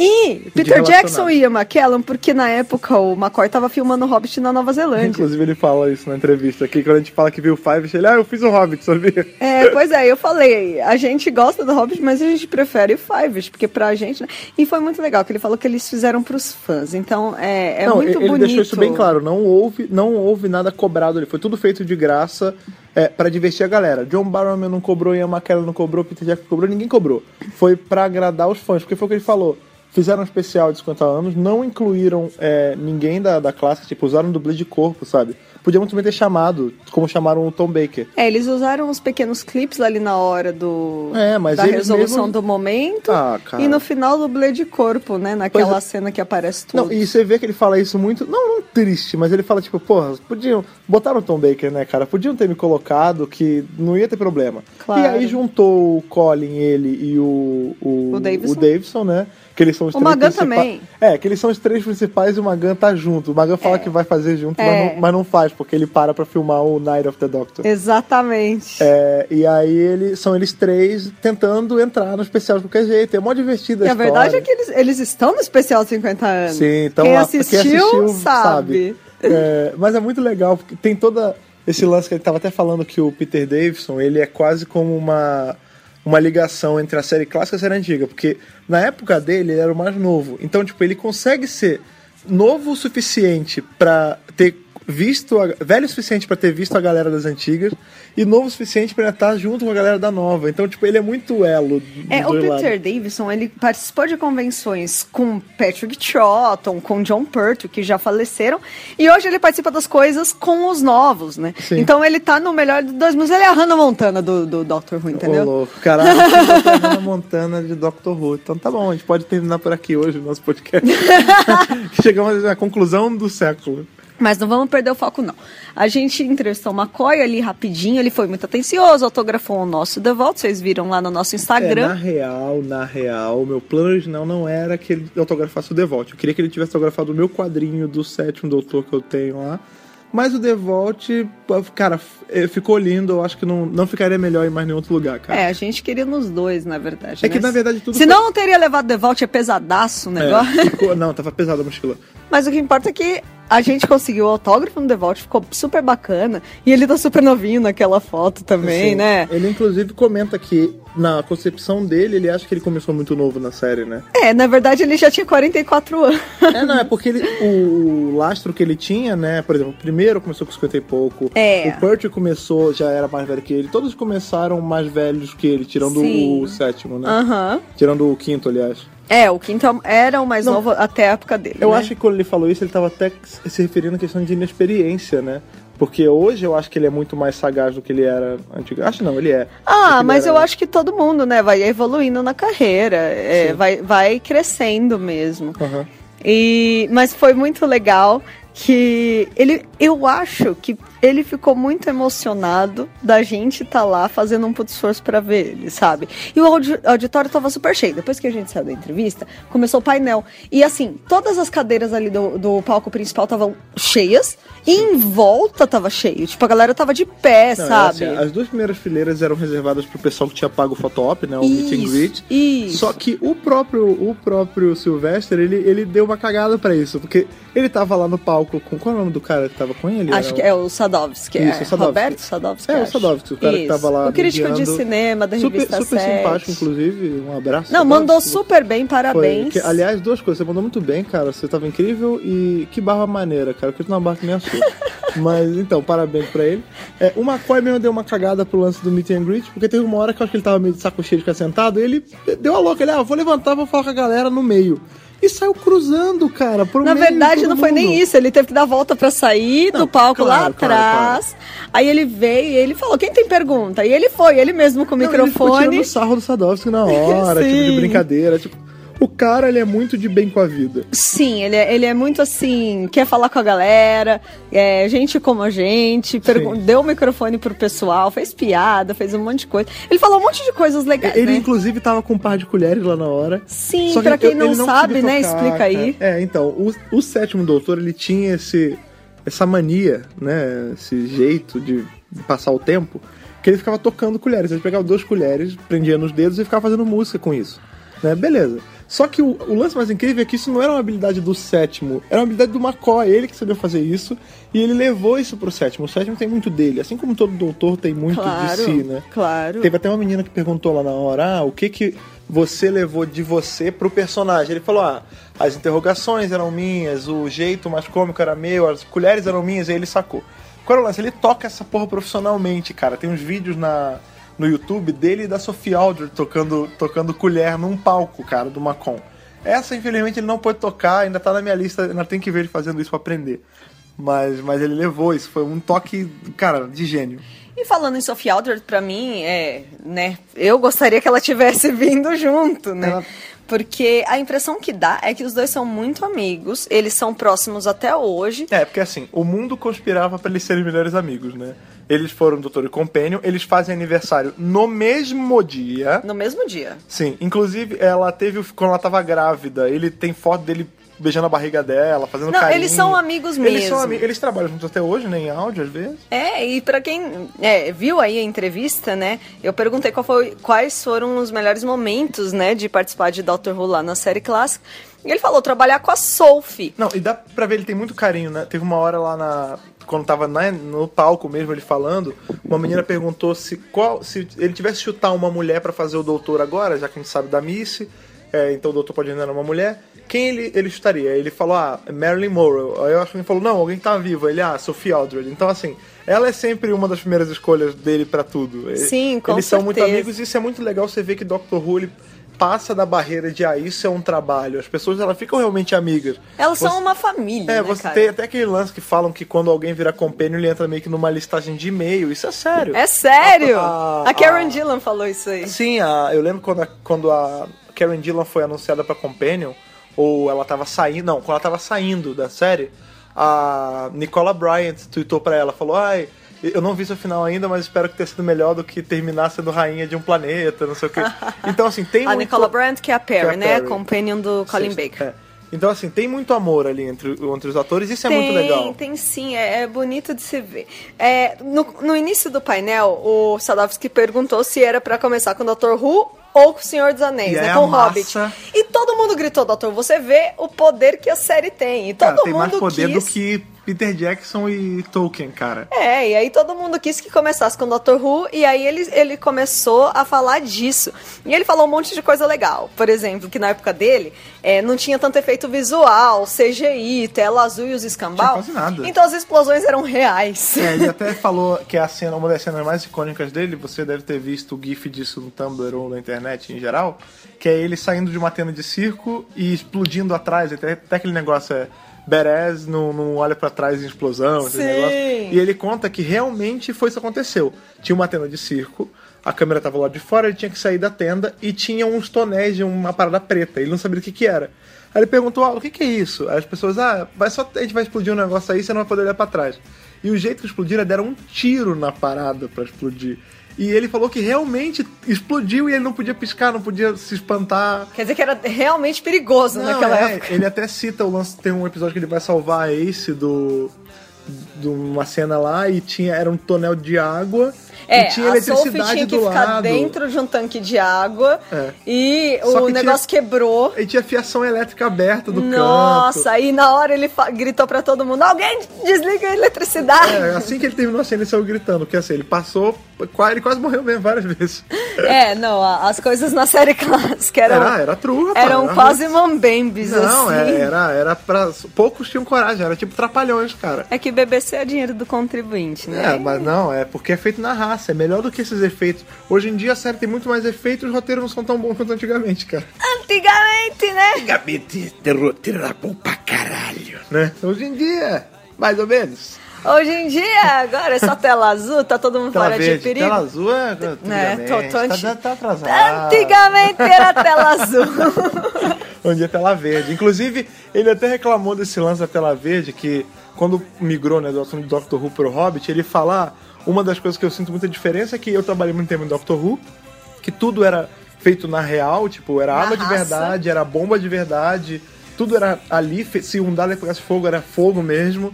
e Peter relacionados. Jackson e Ian McKellen, porque na época o McCoy tava filmando o Hobbit na Nova Zelândia. Inclusive, ele fala isso na entrevista aqui. Quando a gente fala que viu o Five, ele, ah, eu fiz o Hobbit, sabia? É, pois é, eu falei, a gente gosta do Hobbit, mas a gente prefere o Fives, porque pra gente... né? E foi muito legal, que ele falou que eles fizeram pros fãs, então é, é não, muito ele bonito. deixou isso bem claro. Não houve, não houve nada cobrado ali. Foi tudo feito de graça é, para divertir a galera. John Barrowman não cobrou, Ian McKellen não cobrou, Peter Jackson não cobrou, ninguém cobrou. Foi pra agradar os fãs, porque foi o que ele falou. Fizeram um especial de 50 anos, não incluíram é, ninguém da, da classe, tipo, usaram dublê de corpo, sabe? Podia muito bem ter chamado, como chamaram o Tom Baker. É, eles usaram uns pequenos clipes ali na hora do É, mas da eles resolução mesmo- do momento. Ah, cara. E no final dublê de corpo, né? Naquela Pois é. cena que aparece tudo. Não, e você vê que ele fala isso muito, não, não triste, mas ele fala tipo, porra, podiam, botaram o Tom Baker, né, cara? Podiam ter me colocado que não ia ter problema. Claro. E aí juntou o Colin, ele e o o, O Davidson. Davidson, né? Que eles são os O três Magan principais. também. É, que eles são os três principais e o Magan tá junto. O Magan fala que vai fazer junto, É. mas, não, mas não faz, trás, porque ele para pra filmar o Night of the Doctor. Exatamente. É, e aí ele, são eles três tentando entrar no especial de qualquer jeito. É mó divertida a E a história. verdade é que eles, eles estão no especial 50 anos. Sim, então quem, a- assistiu, quem assistiu sabe. É, mas é muito legal, porque tem toda esse lance que ele tava até falando que o Peter Davidson, ele é quase como uma, uma ligação entre a série clássica e a série antiga, porque na época dele ele era o mais novo. Então, tipo, ele consegue ser novo o suficiente pra ter visto a- velho o suficiente pra ter visto a galera das antigas e novo o suficiente pra estar junto com a galera da nova. Então, tipo, ele é muito elo. dos É, o dois Peter lados. Davison, ele participou de convenções com Patrick Troughton, com John Pertwee, que já faleceram, e hoje ele participa das coisas com os novos, né? Sim. Então ele tá no melhor dos dois mundos, ele é a Hannah Montana do, do Dr. Who, entendeu? Ô, louco. Caralho, eu tô botando a Montana de Dr. Who. Então tá bom, a gente pode terminar por aqui hoje o nosso [laughs] podcast. Chegamos à conclusão do século. Mas não vamos perder o foco, não. A gente entrevistou o McCoy ali rapidinho, ele foi muito atencioso, autografou o nosso The Vault, vocês viram lá no nosso É, na Instagram. real, na real, meu plano original não era que ele autografasse o Devolt. Eu queria que ele tivesse autografado o meu quadrinho do sétimo doutor que eu tenho lá. Mas o Devolt, cara, f- eh, ficou lindo. Eu acho que não, não ficaria melhor em mais nenhum outro lugar, cara. é, a gente queria nos dois, na verdade. É que, né? na verdade, tudo Senão não teria levado The Vault, é pesadaço o É, negócio. [laughs] ficou- não, tava pesada a mochila. Mas o que importa é que a gente conseguiu o autógrafo no The Vault, ficou super bacana. E ele tá super novinho naquela foto também, Sim. né? Ele inclusive comenta que na concepção dele, ele acha que ele começou muito novo na série, [laughs] né? É, na verdade ele já tinha 44 anos. [laughs] é, não, é porque ele, o, o lastro que ele tinha, né? Por exemplo, o primeiro começou com 50 e pouco. É. O Pertwee começou, já era mais velho que ele. Todos começaram mais velhos que ele, tirando Sim. Ah. o sétimo, né? Aham. Tirando o quinto, aliás. É, o Quinto era o mais novo até a época dele. Eu né? acho que quando ele falou isso, ele tava até se referindo à questão de inexperiência, né? Porque hoje eu acho que ele é muito mais sagaz do que ele era antigo. Acho não, ele é. Ah, Ele mas era- eu acho que todo mundo, né, vai evoluindo na carreira, é, vai, vai crescendo mesmo. Aham. E, mas foi muito legal que ele, eu acho que ele ficou muito emocionado da gente estar lá fazendo um puto esforço pra ver ele, sabe? E o audi- auditório tava super cheio. Depois que a gente saiu da entrevista, começou o painel. E assim, todas as cadeiras ali do, do palco principal estavam cheias e em volta tava cheio. Tipo, a galera tava de pé, Não, era sabe? assim, as duas primeiras fileiras eram reservadas pro pessoal que tinha pago o Photop, né? O meet and greet. Isso. Só que o próprio, o próprio Sylvester, ele, ele deu uma cagada pra isso, porque ele tava lá no palco com. Qual é o nome do cara que tava com ele? Acho Era que o- é o Sadovski. Isso, é. o Sadovski. Roberto Sadovski. É, o acho. Sadovski, o cara que Isso. tava lá O crítico de mediando. cinema da Super, revista super 7. simpático, inclusive. Um abraço. Não, Abraço. mandou super bem, Foi- parabéns. que- aliás, duas coisas. Você mandou muito bem, cara. Você tava incrível e que barba maneira, cara. Eu queria ter uma barba que nem a [laughs] sua. Mas, então, parabéns pra ele. É, o McCoy mesmo deu uma cagada pro lance do meet and greet, porque teve uma hora que eu acho que ele tava meio de saco cheio de ficar sentado e ele deu a louca. Ele, ah, vou levantar, vou falar com a galera no meio. E saiu cruzando, cara, pro Na meio de verdade, todo não foi mundo. nem isso. Ele teve que dar a volta pra sair Não, do palco lá claro, claro, atrás. Aí ele veio e ele falou: quem tem pergunta? E ele foi, ele mesmo com o Não, Ele microfone. ficou tirando sarro do Sadovski [laughs] na hora, Sim. tipo de brincadeira. Tipo, o cara, ele é muito de bem com a vida. Sim, ele é, ele é muito assim, quer falar com a galera, é, gente como a gente, pergun- Sim. deu o microfone pro pessoal, fez piada, fez um monte de coisa. Ele falou um monte de coisas legais, Ele, né? inclusive, tava com um par de colheres lá na hora. Sim, Só que pra ele- quem ele não, sabe, conseguiu né, tocar, explica aí. cara. É, então, o, o sétimo doutor, ele tinha esse, essa mania, né, esse jeito de passar o tempo, que ele ficava tocando colheres. Ele pegava duas colheres, prendia nos dedos e ficava fazendo música com isso. Né, beleza. Só que o, o lance mais incrível é que isso não era uma habilidade do sétimo, era uma habilidade do McCoy, ele que sabia fazer isso, e ele levou isso pro sétimo. O sétimo tem muito dele, assim como todo doutor tem muito de Claro, si, né? claro. Teve até uma menina que perguntou lá na hora, ah, o que que você levou de você pro personagem? Ele falou, ah, as interrogações eram minhas, o jeito mais cômico era meu, as colheres eram minhas, aí ele sacou. Qual era o lance? Ele toca essa porra profissionalmente, cara. Tem uns vídeos na, no YouTube dele e da Sophie Aldred tocando, tocando colher num palco, cara, do Macon. Essa, infelizmente, ele não pôde tocar, ainda tá na minha lista, ainda tem que ver ele fazendo isso pra aprender. Mas, mas ele levou isso, foi um toque, cara, de gênio. E falando em Sophie Aldred, pra mim, é, né? Eu gostaria que ela tivesse [laughs] vindo junto, né? Ela- Porque a impressão que dá é que os dois são muito amigos, eles são próximos até hoje. É, porque assim, o mundo conspirava pra eles serem melhores amigos, né? Eles foram Doutor e Companion, eles fazem aniversário no mesmo dia. No mesmo dia. Sim, inclusive ela teve, o- quando ela tava grávida, ele tem foto dele beijando a barriga dela, fazendo Não, carinho. eles são amigos Eles, mesmo. são ami- eles trabalham juntos até hoje, né, em áudio às vezes. É, e pra quem é, viu aí a entrevista, né? Eu perguntei qual foi- quais foram os melhores momentos, né, de participar de Doctor Who lá na série clássica. E ele falou trabalhar com a Sophie. Não, e dá pra ver, ele tem muito carinho, né? Teve uma hora lá na. Quando tava na- no palco mesmo ele falando, uma menina perguntou se qual. Se ele tivesse que chutar uma mulher pra fazer o doutor agora, já que a gente sabe da Missy, é, então o doutor pode enganar uma mulher, quem ele, ele chutaria? Ele falou, ah, Marilyn Monroe. Aí eu acho que ele falou, não, alguém que tá vivo. Ele, ah, Sophie Aldred. Então, assim, ela é sempre uma das primeiras escolhas dele pra tudo. Sim, com Eles são muito certeza. amigos e isso é muito legal você ver que Doctor Who ele passa da barreira de ah, isso é um trabalho. As pessoas elas ficam realmente amigas. Elas Você- são uma família, é, né, você cara? tem até aquele lance que falam que quando alguém vira companion, ele entra meio que numa listagem de e-mail. Isso é sério. É sério! Ah, a Karen ah. Dillon falou isso aí. Sim, a- eu lembro quando a, quando a Karen Dillon foi anunciada pra companion, ou ela tava saindo, não, quando ela tava saindo da série, a Nicola Bryant tweetou pra ela, falou, ai... Eu não vi seu final ainda, mas espero que tenha sido melhor do que terminar sendo rainha de um planeta, não [laughs] sei o quê. Então, assim, tem A muito... Nicola Brandt, que é a Perry, que é a né? A Perry. companion do Colin Sexta- Baker. é. Então, assim, tem muito amor ali entre, entre os atores, isso é tem, muito legal. Tem sim, é, é bonito de se ver. É, no, no início do painel, o Sadovski perguntou se era pra começar com o Dr. Who ou com o Senhor dos Anéis, E aí né? a Com o Hobbit. massa- E todo mundo gritou, Dr. você vê o poder que a série tem. E todo Cara, tem mundo mais poder quis... do que Peter Jackson e Tolkien, cara. É, e aí todo mundo quis que começasse com o Dr. Who, e aí ele, ele começou a falar disso. E ele falou um monte de coisa legal. Por exemplo, que na época dele é, não tinha tanto efeito visual, CGI, tela azul e os escambau. Tinha quase nada. Então as explosões eram reais. [laughs] É, ele até [laughs] falou que a cena, uma das cenas mais icônicas dele, você deve ter visto o GIF disso no Tumblr ou na internet em geral, que é ele saindo de uma tenda de circo e explodindo atrás. Até, até aquele negócio é Beres não, não olha pra trás em explosão, esse Sim. negócio. E ele conta que realmente foi isso que aconteceu. Tinha uma tenda de circo, a câmera tava lá de fora, ele tinha que sair da tenda e tinha uns tonéis de uma parada preta. Ele não sabia o que, que era. Aí ele perguntou, ah, o que, que é isso? Aí as pessoas, ah, vai só, a gente vai explodir um negócio aí, você não vai poder olhar pra trás. E o jeito que explodiram é deram um tiro na parada pra explodir. E ele falou que realmente explodiu e ele não podia piscar, não podia se espantar. Quer dizer que era realmente perigoso Não, [laughs] naquela é, época. Ele até cita o lance, tem um episódio que ele vai salvar a Ace do de uma cena lá e tinha era um tonel de água É, e tinha a Sophie eletricidade tinha que do ficar lado. dentro de um tanque de água É. e Só o que negócio quebrou. E tinha fiação elétrica aberta do canto. Nossa, aí na hora ele fa- gritou pra todo mundo: alguém desliga a eletricidade! É, assim que ele terminou a cena, ele saiu gritando, porque assim, ele passou, qua- ele quase morreu mesmo várias vezes. É, não, a- as coisas na série clássica eram, era, era true, rapaz. um eram era- quase mambembes, Não, assim. é, era, era pra... Poucos tinham coragem, era tipo trapalhões, cara. É que BBC é dinheiro do contribuinte, né? É, mas não, é porque é feito na raça, é melhor do que esses efeitos. Hoje em dia a série tem muito mais efeitos, os roteiros não são tão bons quanto antigamente, cara. Antigamente, né? Antigamente ter roteiro era bom pra caralho, né? Hoje em dia, mais ou menos. Hoje em dia, agora é só tela azul, tá todo mundo Tela fora de verde, perigo. tela azul é... É, antigamente, tô- tô anti- tá, tá atrasado. [laughs] Antigamente era tela azul. Onde é tela verde. Inclusive, ele até reclamou desse lance da tela verde, que quando migrou né, do assunto do Doctor Who pro Hobbit, ele fala: "Ah, uma das coisas que eu sinto muita diferença é que eu trabalhei muito tempo em Doctor Who, que tudo era feito na real, tipo, era Na água de raça. verdade, era bomba de verdade, tudo era ali, fe- se um Dalek pegasse fogo, era fogo mesmo.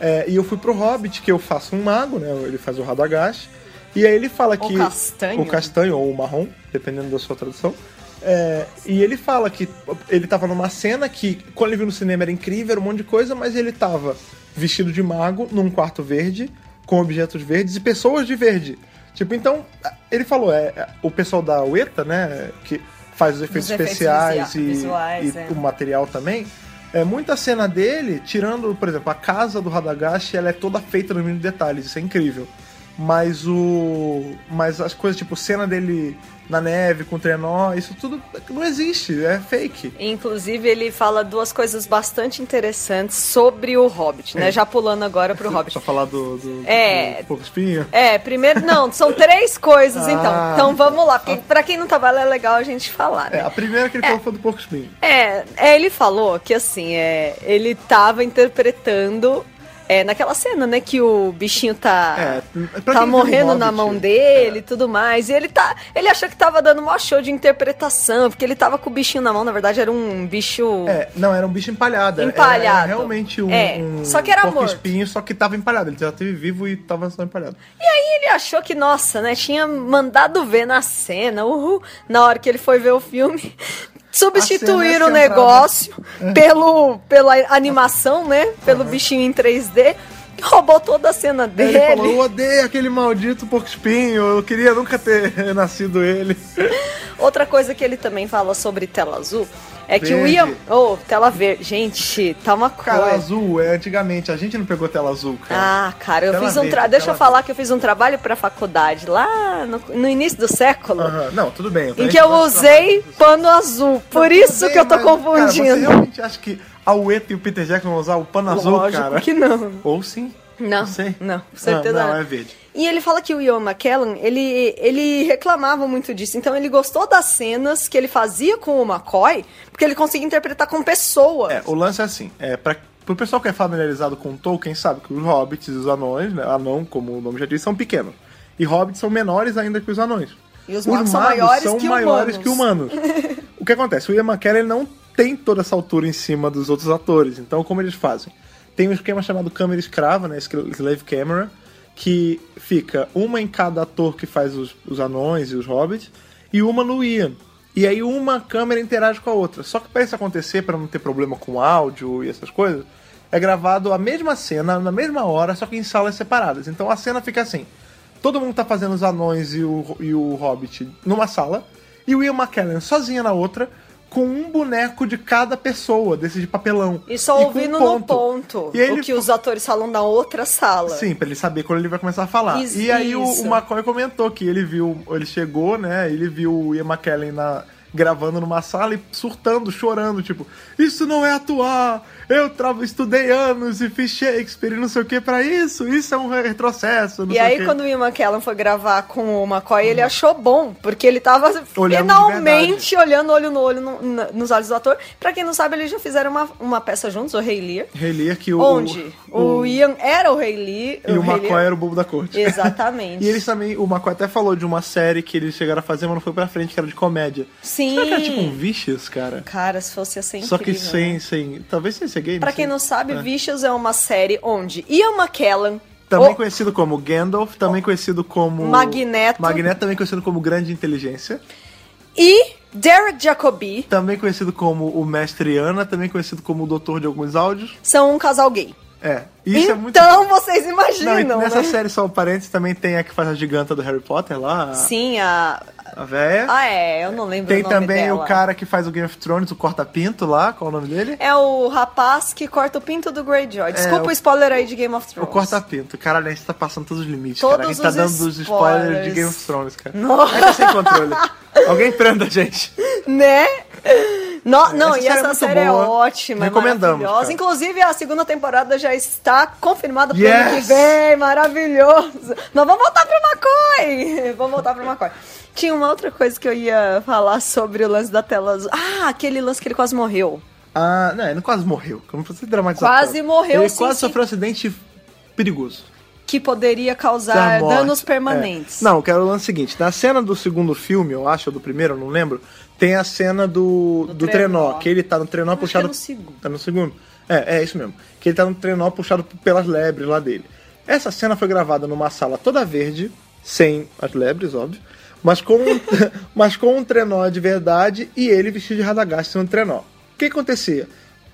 É, e eu fui pro Hobbit, que eu faço um mago, né? Ele faz o Radagast. E aí ele fala Ou que. castanho. O castanho ou o marrom, dependendo da sua tradução. É, e ele fala que ele tava numa cena que, quando ele viu no cinema, era incrível, era um monte de coisa, mas ele tava vestido de mago, num quarto verde, com objetos verdes e pessoas de verde. Tipo, então, ele falou, é, é, o pessoal da UETA, né, que faz os efeitos efeitos especiais visua- e, visuais, e é. o material também. É, muita cena dele, tirando, por exemplo, a casa do Radagast, ela é toda feita nos mínimos detalhes, isso é incrível. Mas o. Mas as coisas, tipo, cena dele na neve, com o trenó, isso tudo não existe, é fake. Inclusive, ele fala duas coisas bastante interessantes sobre o Hobbit, né? Já pulando agora pro Hobbit. Só falar do. do É. do Porco Espinho. É, primeiro, não, são três coisas então. Ah. Então vamos lá, porque pra quem não tava lá é legal a gente falar, É, né? a primeira que ele falou foi do Porco Espinho. É, é, ele falou que assim, é, ele tava interpretando É, naquela cena, né, que o bichinho tá, É, pra quem tá viu morrendo na Hobbit, é. mão dele e tudo mais. E ele tá. Ele achou que tava dando mó show de interpretação, porque ele tava com o bichinho na mão, na verdade, era um bicho. É, não, era um bicho empalhado. era- Era, Empalhado. realmente um, É, um só que era morto. espinho, só que tava empalhado. Ele já teve vivo e tava só empalhado. E aí ele achou que, nossa, né, tinha mandado ver na cena, uhul, na hora que ele foi ver o filme. [laughs] A cena Substituíram é o negócio pelo, pela animação, né? Pelo bichinho em 3D. Roubou toda a cena Daí dele. Ele falou, eu odeio aquele maldito porco espinho, eu queria nunca ter [laughs] nascido ele. Outra coisa que ele também fala sobre tela azul é que o Verde. Ian. Oh, tela verde. Gente, tá uma coisa. Cara, azul é antigamente, a gente não pegou tela azul, cara. Ah, cara, eu Tela fiz um verde, tra... Deixa eu tela falar que eu fiz um trabalho pra faculdade lá no, no início do século. Aham, Não, tudo bem. Em a que gente eu vai- usei pano azul. Por Tudo isso bem, que eu tô mas, Cara, você confundindo. realmente acha que a Ueta e o Peter Jackson vão usar o pano azul, Lógico cara? que não. Ou sim. Não, sei. não, com certeza Não, não. não, é verde. E ele fala que o Ian McKellen, ele, ele reclamava muito disso. Então ele gostou das cenas que ele fazia com o McCoy, porque ele conseguia interpretar com pessoas. É, o lance é assim, é para pro pessoal que é familiarizado com Tolkien, sabe que os hobbits e os anões, né, anão, como o nome já diz, são pequenos. E hobbits são menores ainda que os anões. E os magos são maiores que maiores que humanos. humanos. o que acontece? O Ian McKellen ele não tem toda essa altura em cima dos outros atores. Então, como eles fazem? Tem um esquema chamado câmera escrava, né, slave camera, que fica uma em cada ator que faz os, os anões e os hobbits e uma no Ian. E aí uma câmera interage com a outra. Só que para isso acontecer, para não ter problema com áudio e essas coisas, é gravado a mesma cena na mesma hora, só que em salas separadas. Então a cena fica assim: todo mundo tá fazendo os anões e o, e o hobbit numa sala, e o Ian McKellen sozinha na outra, com um boneco de cada pessoa, desse de papelão. E só com ouvindo um no ponto E ele o que os atores falam na outra sala. Sim, pra ele saber quando ele vai começar a falar. Is- e aí o, isso. o McCoy comentou que ele viu, ele chegou, né? Ele viu o Ian McKellen na, gravando numa sala e surtando, chorando, tipo, isso não é atuar! Eu tra- estudei anos e fiz Shakespeare e não sei o que pra isso, isso é um retrocesso, não E sei o aí, quê." Uhum. quando o Ian McKellen foi gravar com o McCoy, ele achou bom, porque ele tava Olhando de finalmente olhando olho no olho no- na- nos olhos do ator. Pra quem não sabe, eles já fizeram uma, uma peça juntos, o Rei Lear. Rei Lear, que o. onde o, Ian era o Rei Lear. E o Rei McCoy Lear- era o bobo da corte. [laughs] [laughs] Exatamente. E eles também, o Maco até falou de uma série que eles chegaram a fazer, mas não foi pra frente, que era de comédia. Sim. Será que era tipo um Vicious, cara? Cara, se fosse assim. Só que incrível, né? sem, sem. Talvez sem ser gay. Pra quem sei. não sabe, É. Vicious é uma série onde Ian McKellen. Também o- conhecido como Gandalf, também conhecido como. Magneto. Magneto, também conhecido como Grande Inteligência. E Derek Jacobi Também conhecido como o Mestre Ana, também conhecido como o Doutor de alguns áudios. são um casal gay. É. Isso é muito. então vocês Não, e imaginam, nessa né? série, só um parênteses, também tem a que faz a giganta do Harry Potter lá, a- Sim, a. a véia. Ah, é, eu não lembro Tem o nome também dela. o cara que faz o Game of Thrones, o Corta-Pinto lá, qual é o nome dele? É o rapaz que corta o pinto do Greyjoy. Desculpa É, o, o- spoiler aí de Game of O Thrones. Corta-Pinto. Caralho, a gente tá passando todos os limites, Todos cara. A gente tá os dando os spoilers de spoilers. Game of Thrones, cara. Nossa. [laughs] É que é sem controle. Alguém prenda a gente. Né? No, não, essa e série é essa muito série é boa. ótima, é Recomendamos, maravilhosa. cara. Inclusive, a segunda temporada já está confirmada pro ano que Yes! vem, maravilhoso. Nós vamos voltar pro McCoy! [laughs] Vamos voltar pro McCoy. Tinha uma outra coisa que eu ia falar sobre o lance da tela azul. Ah, aquele lance que ele quase morreu. Ah, não, ele quase morreu. Como você dramatizar Quase tanto. morreu, Ele sim, quase sim. sofreu um acidente perigoso. Que poderia Da causar morte. danos Tá permanentes. É. Não, eu quero o lance seguinte. Na cena do segundo filme, eu acho, ou do primeiro, eu não lembro, tem a cena do, Do do, trenó, trenó. que ele tá no trenó Acho que puxado... é no segundo. Tá no segundo. É, é isso mesmo. Que ele tá no trenó puxado pelas lebres lá dele. Essa cena foi gravada numa sala toda verde, sem as lebres, óbvio, mas com um, [laughs] mas com um trenó de verdade e ele vestido de Radagast no trenó. O que acontecia?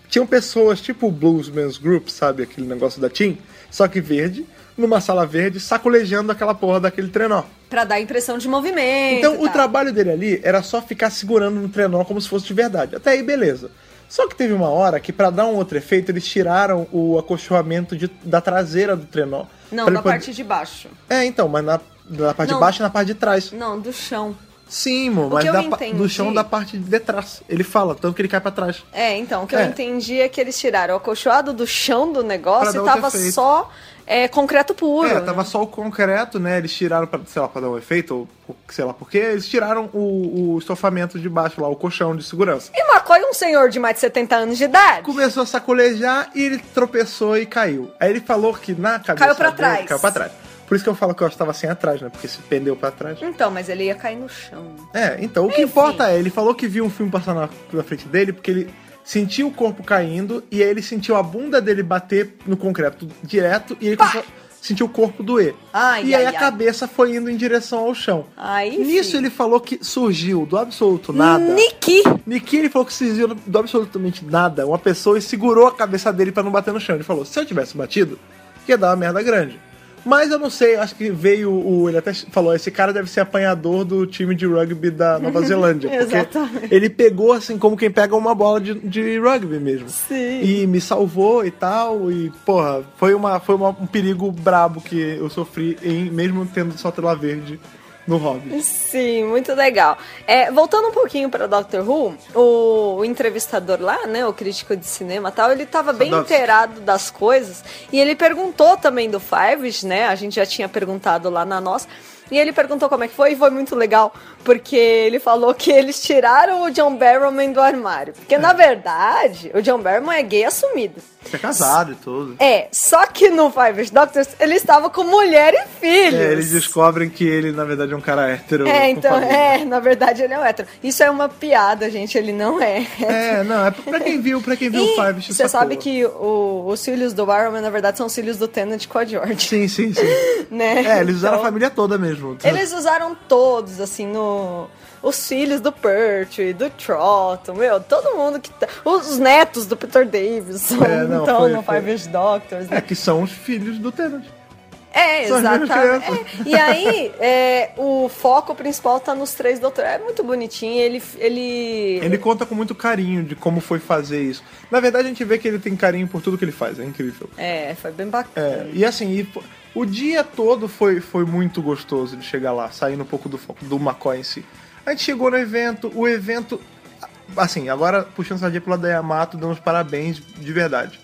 Tinham pessoas tipo o Bluesman's Group, sabe? Aquele negócio da Tim, só que verde, numa sala verde, sacolejando aquela porra daquele trenó. Pra dar a impressão de movimento. Então, e o tal. trabalho dele ali era só ficar segurando no trenó como se fosse de verdade. Até aí, beleza. Só que teve uma hora que, pra dar um outro efeito, eles tiraram o acolchoamento de- da traseira do trenó. Não, Pra ele poder- da parte de baixo. É, então, mas na, na parte Não. de baixo e na parte de trás. Não, do chão. Sim, mo, O mas que eu da pa- entendi- do chão da parte de trás. Ele fala, tanto que ele cai pra trás. É, então, o que eu É. entendi é que eles tiraram o acolchoado do chão do Pra negócio dar e outro tava efeito. só é, concreto puro. É, né? tava só o concreto, né? Eles tiraram, pra, sei lá, pra dar um efeito, ou ou sei lá por quê, eles tiraram o, o estofamento de baixo lá, o colchão de segurança. E Macoy, um senhor de mais de 70 anos de idade, Começou a sacolejar e ele tropeçou e caiu. Aí ele falou que na cabeça Caiu pra dele, trás. Caiu pra trás. Por isso que eu falo que eu estava sem atrás, né? Porque se pendeu pra trás. Então, mas ele ia cair no chão. É, então o que importa é, ele falou que viu um filme passar na, na frente dele porque ele sentiu o corpo caindo e aí ele sentiu a bunda dele bater no concreto direto e ele começou, sentiu o corpo doer. Ai, e aí ai, a ai. cabeça foi indo em direção ao chão. Aí, Nisso filho. ele falou que surgiu do absoluto nada. Niki! Niki, ele falou que surgiu do absolutamente nada. Uma pessoa e segurou a cabeça dele pra não bater no chão. Ele falou: se eu tivesse batido, ia dar uma merda grande. Mas eu não sei, acho que veio o. Ele até falou: esse cara deve ser apanhador do time de rugby da [laughs] Nova Zelândia. Exatamente. Porque ele pegou assim, como quem pega uma bola de, de rugby mesmo. Sim. E me salvou e tal. E, porra, foi, uma, foi uma- um perigo brabo que eu sofri, em, mesmo tendo só tela verde no Hobbit. Sim, muito legal. É, voltando um pouquinho pra Doctor Who, o, o entrevistador lá, né, o crítico de cinema e tal, ele tava bem Sadowski. inteirado das coisas e ele perguntou também do Fives, né, a gente já tinha perguntado lá na nossa, e ele perguntou como é que foi e foi muito legal, porque ele falou que eles tiraram o John Barrowman do armário. Porque, na verdade, o John Barrowman é gay assumido. Você é casado e tudo. É, só que no Fives Doctors ele estava com mulher e filhos. É, eles descobrem que ele, na verdade, é um cara hétero. com É, então, família. é, na verdade ele é um hétero. Isso é uma piada, gente, ele não é. É, não, é pra quem viu, pra quem viu o Five, você sabe que o- os filhos do Barrowman, na verdade, são os filhos do Tennant com a George, Sim, sim, sim. [laughs] né? É, eles usaram Então, a família toda mesmo. Eles usaram todos, assim, no... Os filhos do Pertwee, do Trotton, meu, todo mundo que... tá- Os netos do Peter Davis É, não, [laughs] então, foi- no foi. Five [laughs] Doctors, né? É, que são os filhos do Tenant. É, São as mesmas exatamente. crianças. É, E aí, é, o foco principal tá nos três doutores. É muito bonitinho, ele... ele... Ele conta com muito carinho de como foi fazer isso. Na verdade, a gente vê que ele tem carinho por tudo que ele faz, é incrível. É, foi bem bacana. É, e assim, e pô, o dia todo foi, foi muito gostoso de chegar lá, saindo um pouco do foco do Macó em si. A gente chegou no evento, o evento. Assim, agora puxando essa dia pro lado da Yamato, dando os parabéns de verdade.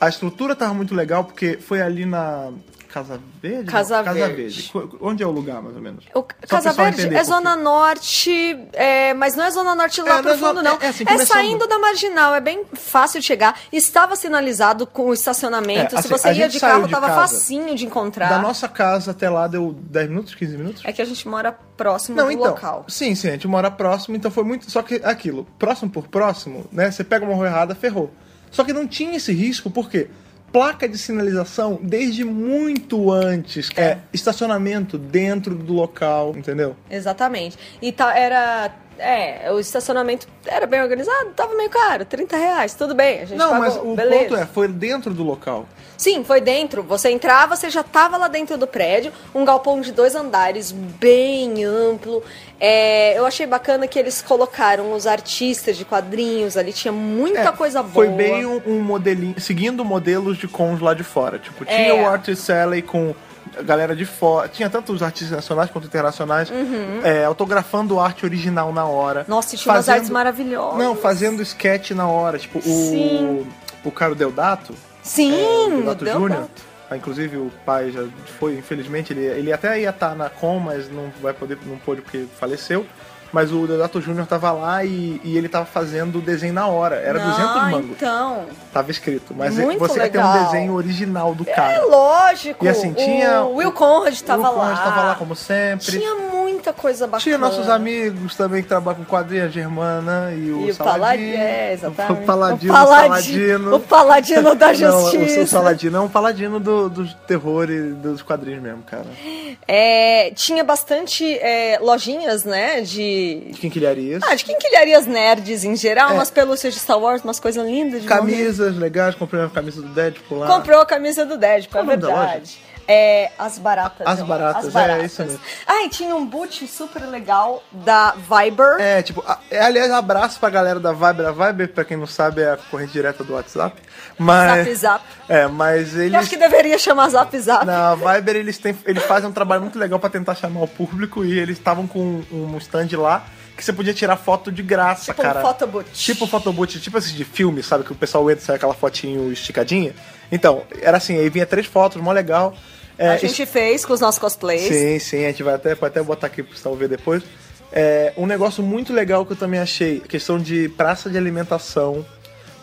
A estrutura tava muito legal, porque foi ali na. Casa Verde? Casa Não, Casa Verde. Verde. Co- Onde é o lugar, mais ou menos? O Só Casa pro pessoal Verde entender é um pouquinho. Zona Norte, é, mas não é Zona Norte lá É, não é profundo, zona- não. é, é assim, É, começando. saindo da Marginal, é bem fácil de chegar. Estava sinalizado com o estacionamento. É, Se assim, você a ia gente de saiu carro, de tava casa. facinho de encontrar. Da nossa casa até lá deu 10 minutos, 15 minutos? É que a gente mora próximo Não, do então. local. Sim, sim, a gente mora próximo, então foi muito. Só que aquilo, próximo por próximo, né? Você pega uma rua errada, ferrou. Só que não tinha esse risco, por quê? Placa de sinalização desde muito antes. É. estacionamento dentro do local, entendeu? Exatamente. E tá, era. É, o estacionamento era bem organizado, tava meio caro, 30 reais, tudo bem, a gente Não, pagou, mas o beleza. ponto é, foi dentro do local. Sim, foi dentro. Você entrava, você já tava lá dentro do prédio, um galpão de dois andares, bem amplo. É, eu achei bacana que eles colocaram os artistas de quadrinhos ali, tinha muita É, coisa boa. Foi bem um, um modelinho, seguindo modelos de cons lá de fora. Tipo, tinha É. o Arthur Sally com a galera de fora. Tinha tanto os artistas nacionais quanto internacionais é, autografando arte original na hora. Uhum. Nossa, e tinha umas artes maravilhosas. Não, fazendo sketch na hora. Tipo, o, Sim. o cara o Deodato, Sim, é, o meu Deodato Deus. Júnior. ah, Inclusive o pai já foi, infelizmente, ele, ele até ia estar na com, mas não vai poder, não pôde porque faleceu. Mas o Deodato Júnior tava lá e, e ele tava fazendo o desenho na hora. Era Não, 200 mangos. Então, Tava escrito, mas Muito você tem legal. um desenho original do é cara. lógico. E assim, tinha. O Will Conrad o tava Will Conrad lá. tava lá, como sempre. Tinha muita coisa bacana. Tinha nossos amigos também que trabalham com quadrinha, a Germana e o E o Paladino, Saladino. é, exatamente. O Paladino, o Paladi- Saladino. O Paladino da Justiça. Não, o Saladino é um paladino do, do terror e dos quadrinhos mesmo, cara. É, tinha bastante é, lojinhas, né? De. De quinquilharias. Ah, de quinquilharias nerds em geral, É. umas pelúcias de Star Wars, umas coisas lindas de morrer. Camisas legais, comprei uma camisa do Deadpool lá. Comprou a camisa do Deadpool, Qual é o nome da verdade. É, as baratas. As eu acho. Baratas, As é, isso mesmo. Ah, e tinha um boot super legal da Viber. É, tipo, a- é, aliás, abraço pra galera da Viber. A Viber, pra quem não sabe, é a corrente direta do WhatsApp. Mas. Zap Zap. É, mas eles. Eu acho que deveria chamar Zap Zap. Na Viber eles, têm, eles fazem um trabalho muito legal pra tentar chamar o público e eles estavam com um, um stand lá que você podia tirar foto de graça, Tipo um cara. photoboot. assim, Tipo um photoboot, tipo esse de filme, sabe? Que o pessoal entra e sai aquela fotinho esticadinha. Então, era assim, aí vinha três fotos, mó legal. É, a gente fez com os nossos cosplays. Sim, sim, a gente vai até, pode até botar aqui pro pessoal ver depois. É, um negócio muito legal que eu também achei, a questão de praça de alimentação.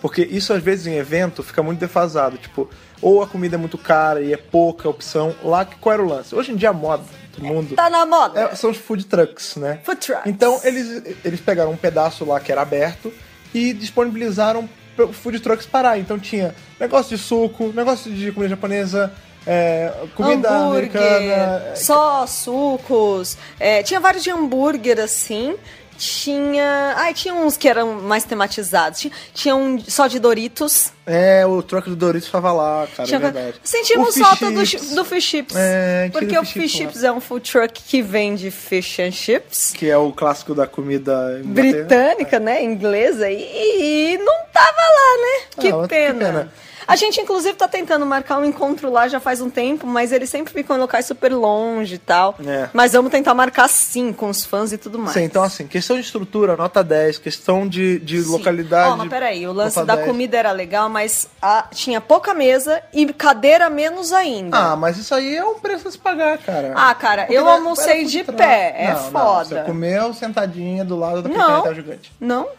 Porque isso às vezes em evento fica muito defasado. Tipo, ou a comida é muito cara e é pouca opção. Lá, qual era o lance? Hoje em dia a moda do mundo. Tá na moda. É, são os food trucks, né? Food trucks. Então eles, eles pegaram um pedaço lá que era aberto e disponibilizaram para food trucks parar. Então tinha negócio de suco, negócio de comida japonesa, é, comida hambúrguer, americana. é, só sucos. é, tinha vários de hambúrguer assim. Tinha. Ai, tinha uns que eram mais tematizados. Tinha, tinha um só de Doritos. É, o troco do Doritos estava lá, cara, Tinha- é verdade. O Sentimos fish falta do, chips, chi- do Fish Chips. É, tira porque o o fish Fish chips lá. Chips é um food truck que vende fish and chips. Que é o clássico da comida britânica, né? Inglesa, e, e não tava lá, né? Que, Ah, pena. que pena. A gente, inclusive, tá tentando marcar um encontro lá já faz um tempo, mas eles sempre ficam em locais super longe e tal. É. Mas vamos tentar marcar sim, com os fãs e tudo mais. Sim, então assim, questão de estrutura, nota 10, questão de, de Sim. localidade. Ó, mas peraí, o lance nota da 10. comida era legal, mas ah, tinha pouca mesa e cadeira menos ainda. Ah, mas isso aí é um preço a se pagar, cara. Ah, cara, eu não- almocei era de food pé, truck. é não, Não, foda. você comeu sentadinha do lado da Não. pequena gigante. Não,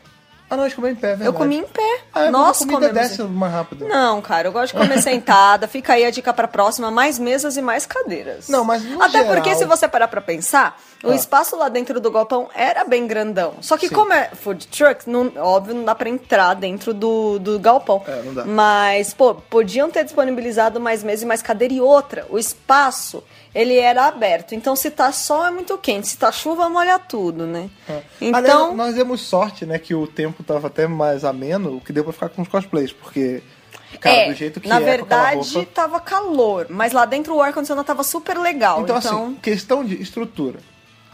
Ah, não, a gente comeu em pé, é verdade. eu comi em pé. Ah, é porque Nós a comida comemos em desce mais rápido. Não, cara, eu gosto de comer sentada. Fica aí a dica pra próxima: mais mesas e mais cadeiras. Não, mas no Até geral- porque, se você parar pra pensar, o Ah. espaço lá dentro do galpão era bem grandão. Só que, Sim. como é food truck, não- óbvio, não dá pra entrar dentro do, do galpão. É, não dá. Mas, pô, podiam ter disponibilizado mais mesa e mais cadeira. E outra, o espaço, ele era aberto. Então, se tá sol, é muito quente. Se tá chuva, molha tudo, né? Então. É. Aliás, nós demos sorte, né, que o tempo tava até mais ameno, o que deu pra ficar com os cosplays, porque, cara, é, do jeito que na é, com aquela verdade, roupa... tava calor, mas lá dentro o ar-condicionado tava super legal. Então, Então, assim, questão de estrutura,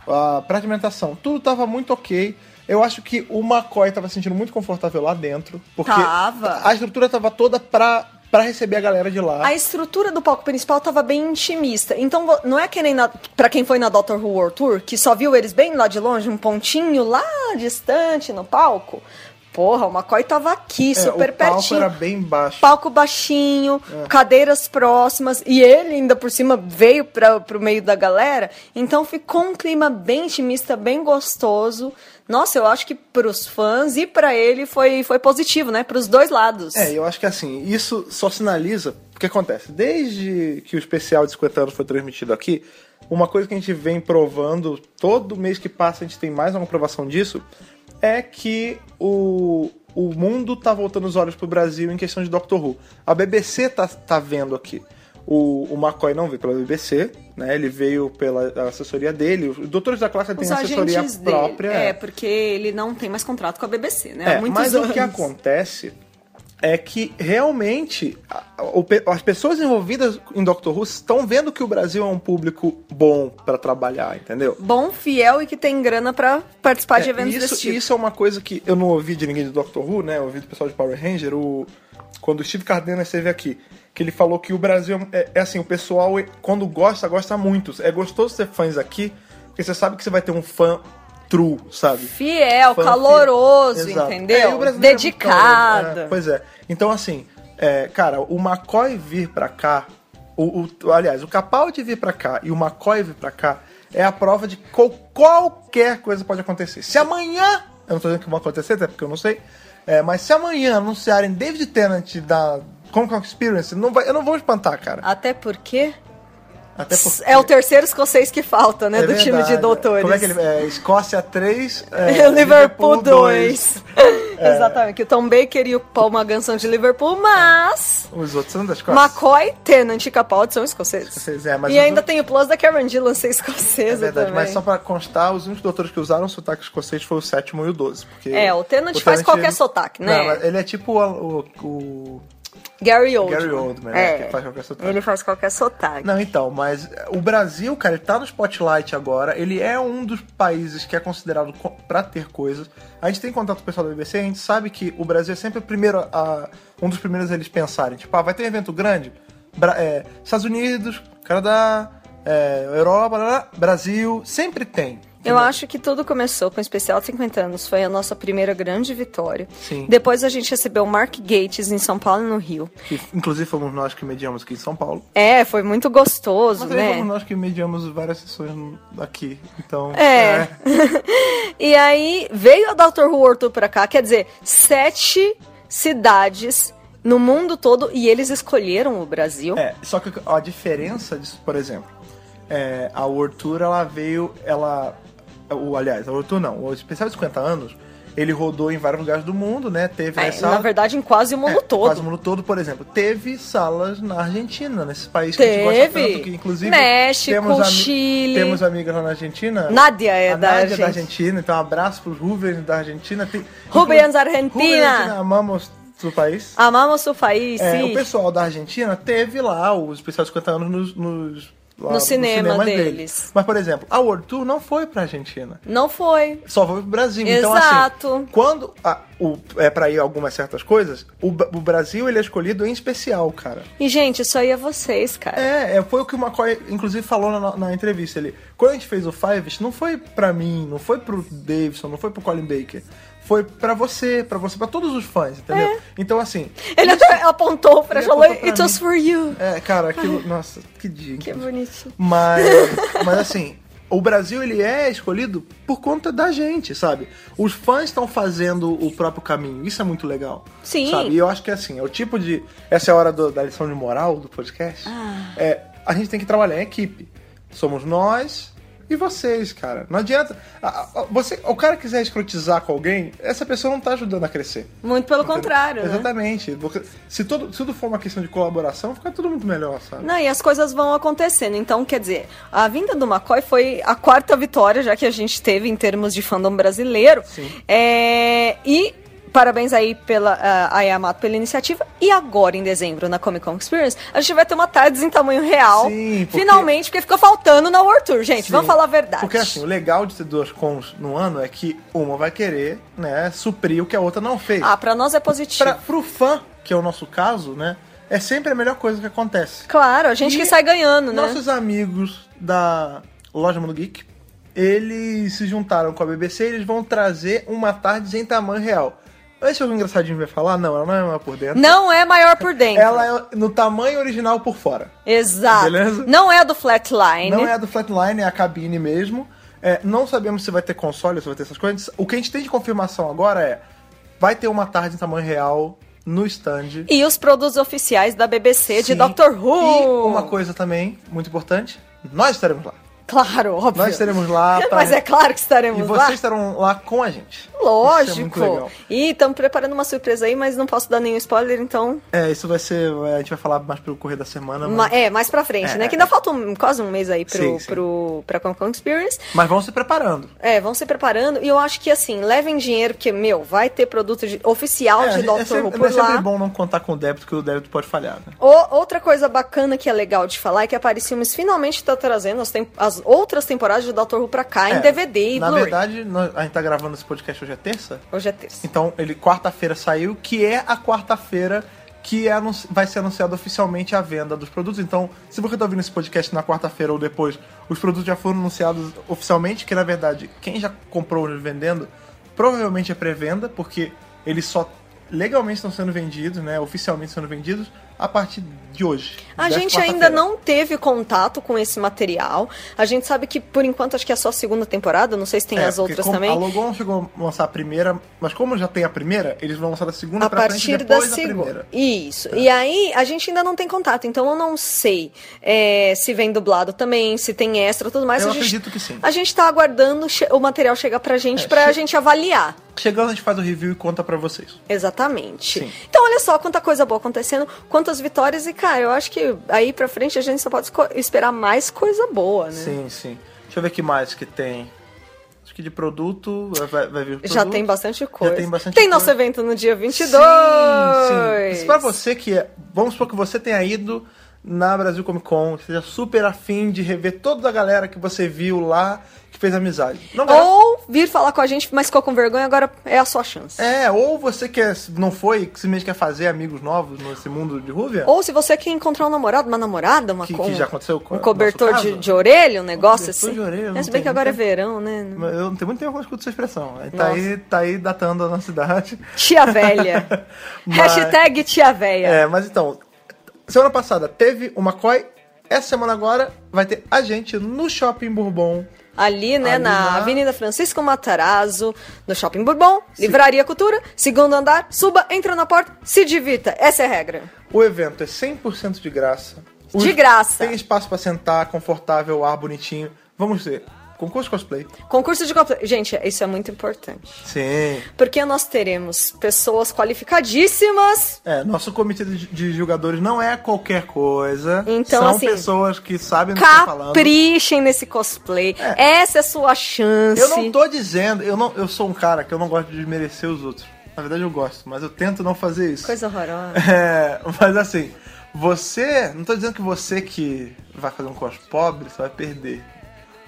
a prato de alimentação, tudo tava muito ok. Eu acho que o McCoy tava se sentindo muito confortável lá dentro, porque Tava. a estrutura tava toda pra, pra receber a galera de lá. a estrutura do palco principal tava bem intimista. Então, vo- não é que nem na, pra quem foi na Doctor Who World Tour, que só viu eles bem lá de longe, um pontinho lá distante no palco. Porra, o McCoy tava aqui, É, super o palco pertinho. era bem baixo. Palco baixinho, cadeiras próximas, e ele ainda por cima veio para o meio da galera, então ficou um clima bem intimista, bem gostoso. Nossa, eu acho que para os fãs e para ele foi, foi positivo, né? Para os dois lados. É, eu acho que assim, isso só sinaliza o que acontece. Desde que o especial de 50 anos foi transmitido aqui, uma coisa que a gente vem provando, todo mês que passa a gente tem mais uma provação disso, é que o, o mundo tá voltando os olhos pro Brasil em questão de Doctor Who. A BBC tá, tá vendo aqui. O, o McCoy não veio pela BBC, né? Ele veio pela assessoria dele. Os doutores da classe têm Os assessoria agentes dele. própria. É, porque ele não tem mais contrato com a BBC, né? É, Há muitos mas anos. o que acontece é que realmente a- o pe- as pessoas envolvidas em Doctor Who estão vendo que o Brasil é um público bom pra trabalhar, entendeu? Bom, fiel e que tem grana para participar de É, eventos isso, desse tipo. isso é uma coisa que eu não ouvi de ninguém de Doctor Who, né? Eu ouvi do pessoal de Power Ranger, o, quando o Steve Cardenas esteve aqui, que ele falou que o Brasil é, é assim, o pessoal é- quando gosta, gosta muito. É gostoso ser fãs aqui, porque você sabe que você vai ter um fã true, sabe? Fiel, Fã caloroso, fiel. Exato. É, e entendeu? o brasileiro é muito caloroso. Dedicado. É, pois é. Então, assim, é, cara, o McCoy vir pra cá, o, o- aliás, o Capaldi vir pra cá e o McCoy vir pra cá é a prova de qual- qualquer coisa pode acontecer. Se amanhã, eu não tô dizendo que vai acontecer, até porque eu não sei, é, mas se amanhã anunciarem David Tennant da Comic Con Experience, não vai- eu não vou espantar, cara. Até porque Até porque... É o terceiro escocês que falta, né? É do time de verdade. doutores. Como é que [laughs] ele... É, Escócia 3, É, o [laughs] Liverpool 2. [laughs] É. Exatamente. que O Tom Baker e o Paul Magan são de Liverpool, mas. Os outros são da Escócia. McCoy, Tennant e Capaldi são escoceses. Escoceses, é, mas e os ainda dois- tem o plus da Karen Gillan ser É escocesa verdade, também. mas só pra constar, os únicos doutores que usaram o sotaque escocês foi o sétimo e o doze. Porque É, o Tennant faz qualquer sotaque, né? Não, mas ele é tipo o, o- Gary o Oldman. É, Gary Oldman, né? Que faz qualquer sotaque. Ele faz qualquer sotaque. Não, então, mas o Brasil, cara, ele tá no spotlight agora. Ele é um dos países que é considerado co- pra ter coisas. A gente tem contato com o pessoal da BBC, a gente sabe que o Brasil é sempre o primeiro a- um dos primeiros a eles pensarem. Tipo, ah, vai ter um evento grande? Bra- é, Estados Unidos, Canadá, é, Europa, blá, blá, Brasil, sempre tem. Eu acho que tudo começou com o especial de 50 anos, foi a nossa primeira grande vitória. Sim. Depois a gente recebeu o Mark Gates em São Paulo e no Rio. Que, inclusive fomos nós que mediamos aqui em São Paulo. É, foi muito gostoso, Mas também né? fomos nós que mediamos várias sessões aqui. Então. É. [laughs] e aí veio a Dr. Who Orto pra cá, quer dizer, sete cidades no mundo todo e eles escolheram o Brasil. É, só que a diferença disso, por exemplo, é, a World Tour, ela veio, ela... O, aliás, a World Tour não, o especial de 50 anos, ele rodou em vários lugares do mundo, né? Teve É, essa... na verdade, em quase o mundo é, todo. [laughs] Quase o mundo todo, por exemplo. Teve salas na Argentina, nesse país que a gente gosta Teve. tanto, que inclusive... México, temos ami- Chile. Temos amigas lá na Argentina. Nádia é a da Nádia da Argentina. Argentina, então um abraço pros Rubens da Argentina. Tem, Rubens inclu- Argentina. Rubens Argentina, amamos o país. Amamos o país, É, sim. o pessoal da Argentina teve lá os especial de 50 anos nos, nos, lá, No cinema cinemas deles. Mas, por exemplo, a World Tour não foi pra Argentina. Não foi. Só foi pro Brasil. Então, assim, Exato. quando a- o, é pra ir algumas certas coisas, o, Ba- o Brasil ele é escolhido em especial, cara. E, gente, isso aí é vocês, cara. É, é, foi o que o McCoy, inclusive, falou na, na entrevista. Ele, quando a gente fez o Fives, não foi pra mim, não foi pro Davidson, não foi pro Colin Baker. Foi pra você, pra você, pra todos os fãs, entendeu? Então, assim, Ele até apontou pra Ele Jolô, apontou pra it was mim." for you. é, cara, aquilo. Nossa, que dia. Que inclusive. bonitinho. [laughs] Mas, mas assim, o Brasil ele é escolhido por conta da gente, sabe? Os fãs estão fazendo o próprio caminho. Isso é muito legal. Sim. Sabe? E eu acho que assim, é o tipo de. Essa é a hora do- da lição de moral do podcast. Ah. É, a gente tem que trabalhar em equipe. Somos nós e vocês, cara. Não adianta. a- a- você, o cara quiser escrotizar com alguém, essa pessoa não tá ajudando a crescer. Muito pelo contrário, né? Exatamente. Porque Se tudo, se tudo for uma questão de colaboração, fica tudo muito melhor, sabe? Não, e as coisas vão acontecendo. Então, quer dizer, a vinda do McCoy foi a quarta vitória já que a gente teve em termos de fandom brasileiro. Sim. É, e parabéns aí pela ah, a Yamato pela iniciativa. E agora, em dezembro, na Comic Con Experience, a gente vai ter uma tardes em tamanho real. Sim, porque- Finalmente, porque ficou faltando na World Tour, gente. Sim. Vamos falar a verdade. Porque assim, o legal de ter duas cons no ano é que uma vai querer, né, suprir o que a outra não fez. Ah, pra nós é positivo. Pra, pro fã, que é o nosso caso, né, é sempre a melhor coisa que acontece. Claro, a gente E que sai ganhando, né? Nossos amigos da Loja Mundo Geek, eles se juntaram com a BBC e eles vão trazer uma tarde em tamanho real. Esse é o engraçadinho vai falar? Não, ela não é maior por dentro. Não é maior por dentro. Ela é no tamanho original por fora. Exato. Beleza? Não é a do Flatline. Não é a do Flatline, é a cabine mesmo. É, não sabemos se vai ter console, se vai ter essas coisas. O que a gente tem de confirmação agora é: vai ter uma tarde em tamanho real no stand. E os produtos oficiais da BBC de Sim. Doctor Who. E uma coisa também muito importante: nós estaremos lá. Claro, óbvio. Nós estaremos [laughs] lá. tá? Mas é claro que E estaremos vocês lá. estarão lá com a gente. Isso é muito Lógico. legal. e estamos preparando uma surpresa aí, mas não posso dar nenhum spoiler, então. É, isso vai ser. A gente vai falar mais pelo correr da semana. ma- Mas, é, mais pra frente, É, né? é, Que ainda é. falta um- quase um mês aí pro, Sim, sim. pro, pra Comic Con Experience. mas vão se preparando. É, vão se preparando. E eu acho que, assim, levem dinheiro, porque, meu, vai ter produto de- oficial é, de Doctor sempre, Who é por sempre lá. bom não contar com o débito, que o débito pode falhar, né? O- outra coisa bacana que é legal de falar é que a Paris Filmes finalmente tá trazendo as, tem- as outras temporadas de Doctor Who pra cá É, em DVD e Na Blu-ray. verdade, nós- a gente tá gravando esse podcast hoje é terça? Hoje é terça. Então, ele quarta-feira saiu, que é a quarta-feira que é anun- vai ser anunciada oficialmente a venda dos produtos. Então, se você tá ouvindo esse podcast na quarta-feira ou depois, os produtos já foram anunciados oficialmente, que na verdade, quem já comprou eles vendendo, provavelmente é pré-venda, porque eles só legalmente estão sendo vendidos, né? Oficialmente sendo vendidos a partir de hoje. A dessa gente quarta-feira. ainda não teve contato com esse material. A gente sabe que, por enquanto, acho que é só a segunda temporada. Não sei se tem É, as porque outras como A também. Logon chegou a lançar a primeira, mas como já tem a primeira, eles vão lançar a segunda A pra frente partir da depois da primeira. É. segunda. Isso. E aí, a gente ainda não tem contato. Então, eu não sei é, se vem dublado também, se tem extra tudo mais. Eu a gente, acredito que sim. A gente tá aguardando che- o material chegar pra gente, É, pra che- gente avaliar. Chegando, a gente faz o review e conta pra vocês. Exatamente. Sim. Então, olha só quanta coisa boa acontecendo, quantas vitórias. E, cara, eu acho que aí pra frente a gente só pode esco- esperar mais coisa boa, né? Sim, sim. Deixa eu ver o que mais que tem. Acho que de produto, vai, vai vir Já produto. tem bastante coisa. Uhum. tem bastante nosso coisa. evento no dia 22. Sim, sim. Mas pra você que é... Vamos supor que você tenha ido na Brasil Comic Con, que seja super afim de rever toda a galera que você viu lá, que fez amizade. Não vai- Ou vir falar com a gente, mas ficou com vergonha, agora é a sua chance. É, ou você quer, não foi, que simplesmente quer fazer amigos novos nesse mundo de Rúvia? Ou se você quer encontrar um namorado, uma namorada, uma Que- co- que já aconteceu com um o cobertor nosso de, caso. de orelha, um negócio Cobertor assim. de orelha, não é, se bem tem que agora é muita- verão, né? Mas Eu não tenho muito tempo que eu escuto essa expressão. Aí Tá Nossa. aí, tá aí datando a nossa [laughs] idade. Tia velha. [laughs] Mas- Hashtag tia velha. É, mas então, semana passada teve o McCoy, essa semana agora vai ter a gente no Shopping Bourbon. Ali, né, Ali na na- Avenida Francisco Matarazzo, no Shopping Bourbon, Livraria Cultura, segundo andar, suba, entra na porta, se divirta. Essa é a regra. O evento é 100% de graça. Os- De graça. Tem espaço pra sentar, confortável, ar bonitinho. Vamos ver. Concurso cosplay. Concurso de cosplay. Gente, isso é muito importante. Sim. Porque nós teremos pessoas qualificadíssimas. É, nosso comitê de, de julgadores não é qualquer coisa. Então, São assim, pessoas que sabem do que estão falando. Caprichem nesse cosplay. Essa é a sua chance. Eu não tô dizendo, eu, não, eu sou um cara que eu não gosto de desmerecer os outros. Na verdade eu gosto, mas eu tento não fazer isso. Coisa horrorosa. [laughs] É, mas assim, você. Não tô dizendo que você que vai fazer um cosplay pobre, você vai perder.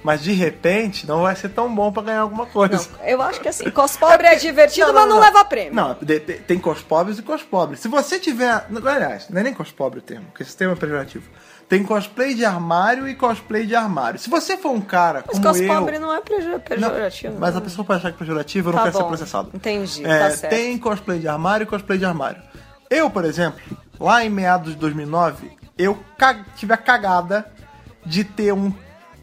Mas de repente não vai ser tão bom pra ganhar alguma coisa. Não, eu acho que [laughs] assim, cos pobre é divertido, mas não, leva prêmio. Não, de- de- tem cos pobres e cos pobres. Se você tiver. Aliás, não é nem cos pobre o termo, porque esse termo é pejorativo. Tem cosplay de armário e cosplay de armário. Se você for um cara Mas como cos eu... pobre não é preju- Não, pejorativo. Mas a pessoa pode achar que é pejorativo, eu não Tá quero ser bom, processado. entendi, É, tá certo. Tem cosplay de armário e cosplay de armário. Eu, por exemplo, lá em meados de 2009, eu ca- tive a cagada de ter um,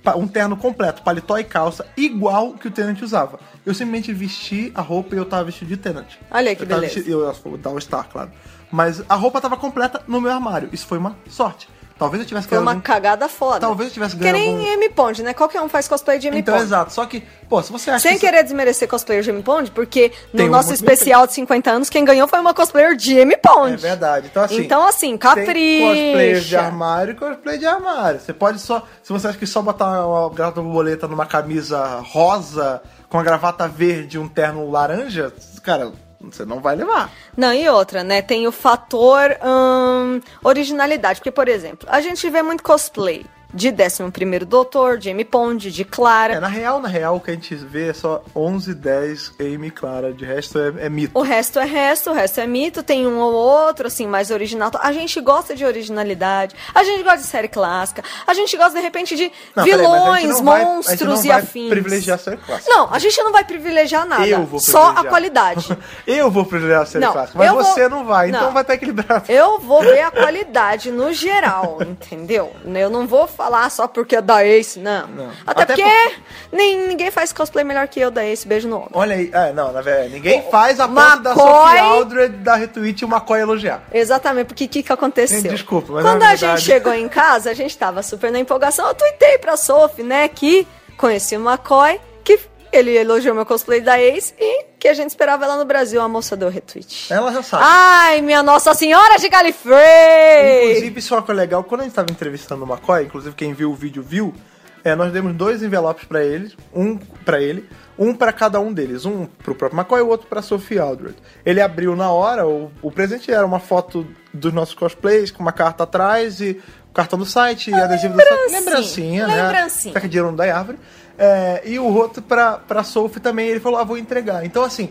pa- um terno completo, paletó e calça, igual que o Tenant usava. Eu simplesmente vesti a roupa e eu tava vestido de Tenant. Olha que eu tava beleza. vestido- eu, eu tava Star, claro. Mas a roupa tava completa no meu armário. Isso foi uma sorte. Talvez eu tivesse Foi ganhado uma algum- cagada foda. Talvez eu tivesse Que ganho nem algum- M. Pond, né? Qualquer um faz cosplay de M. Então, Pond. exato. Só que, pô, se você acha Sem que isso- é querer desmerecer cosplayer de M. Pond, porque no Tem um nosso muito especial de 50 anos, quem ganhou foi uma cosplayer de M. Pond. É verdade. Então, assim. Então, Tem assim, cosplayer de capricha. armário e cosplay de armário. Você pode só. Se você acha que só botar uma gravata borboleta numa camisa rosa, com a gravata verde e um terno laranja, cara, você não vai levar. Não, e outra, né? Tem o fator hum, originalidade. Porque, por exemplo, a gente vê muito cosplay de 11 Doutor, de M. Pond, de Clara. É, na real, na real, o que a gente vê é só 11, 10 Amy e Clara. De resto é, é mito. [laughs] O resto é resto, o resto é mito, tem um ou outro, assim, mais original. A gente gosta de originalidade, a gente gosta de série clássica, a gente gosta, de repente, de Não, peraí, mas a gente vilões, não vai- a gente monstros não e vai afins. privilegiar a série clássica. Não, a gente não vai privilegiar nada, Eu vou só a privilegiar. [laughs] qualidade. eu vou privilegiar a série Não, clássica, mas eu vou- você não vai, então Não. vai estar equilibrado. Eu vou ver a qualidade no geral, entendeu? Eu não vou falar só porque é da Ace, não. Não. Até, Até porque nem, ninguém faz cosplay melhor que eu da Ace, beijo no ombro. Olha aí, ah, não, na verdade, ninguém faz a ponto da McCoy- Sophie Aldred da retweet e o McCoy elogiar. Exatamente, porque o que, que aconteceu? Desculpa, mas Quando na a verdade- gente chegou em casa, a gente tava super na empolgação. Eu tuitei pra Sophie, né, que conheci o McCoy, que ele elogiou meu cosplay da Ace e que a gente esperava ela no Brasil. A moça deu retweet. Ela já sabe. Ai, minha Nossa Senhora de Galifrey! Inclusive, isso é uma coisa legal. Quando a gente tava entrevistando o McCoy, inclusive quem viu o vídeo viu, é, nós demos dois envelopes pra eles, um pra ele, um pra cada um deles, um pro próprio McCoy e o outro pra Sophie Aldred. Ele abriu na hora, o, o presente era uma foto dos nossos cosplays com uma carta atrás e o cartão do site e adesivo do site. Lembrancinha, né? Lembrancinha. Tá que dinheiro não dá em árvore. É, e o outro pra, pra Sophie também, ele falou, ah, vou entregar. Então, assim,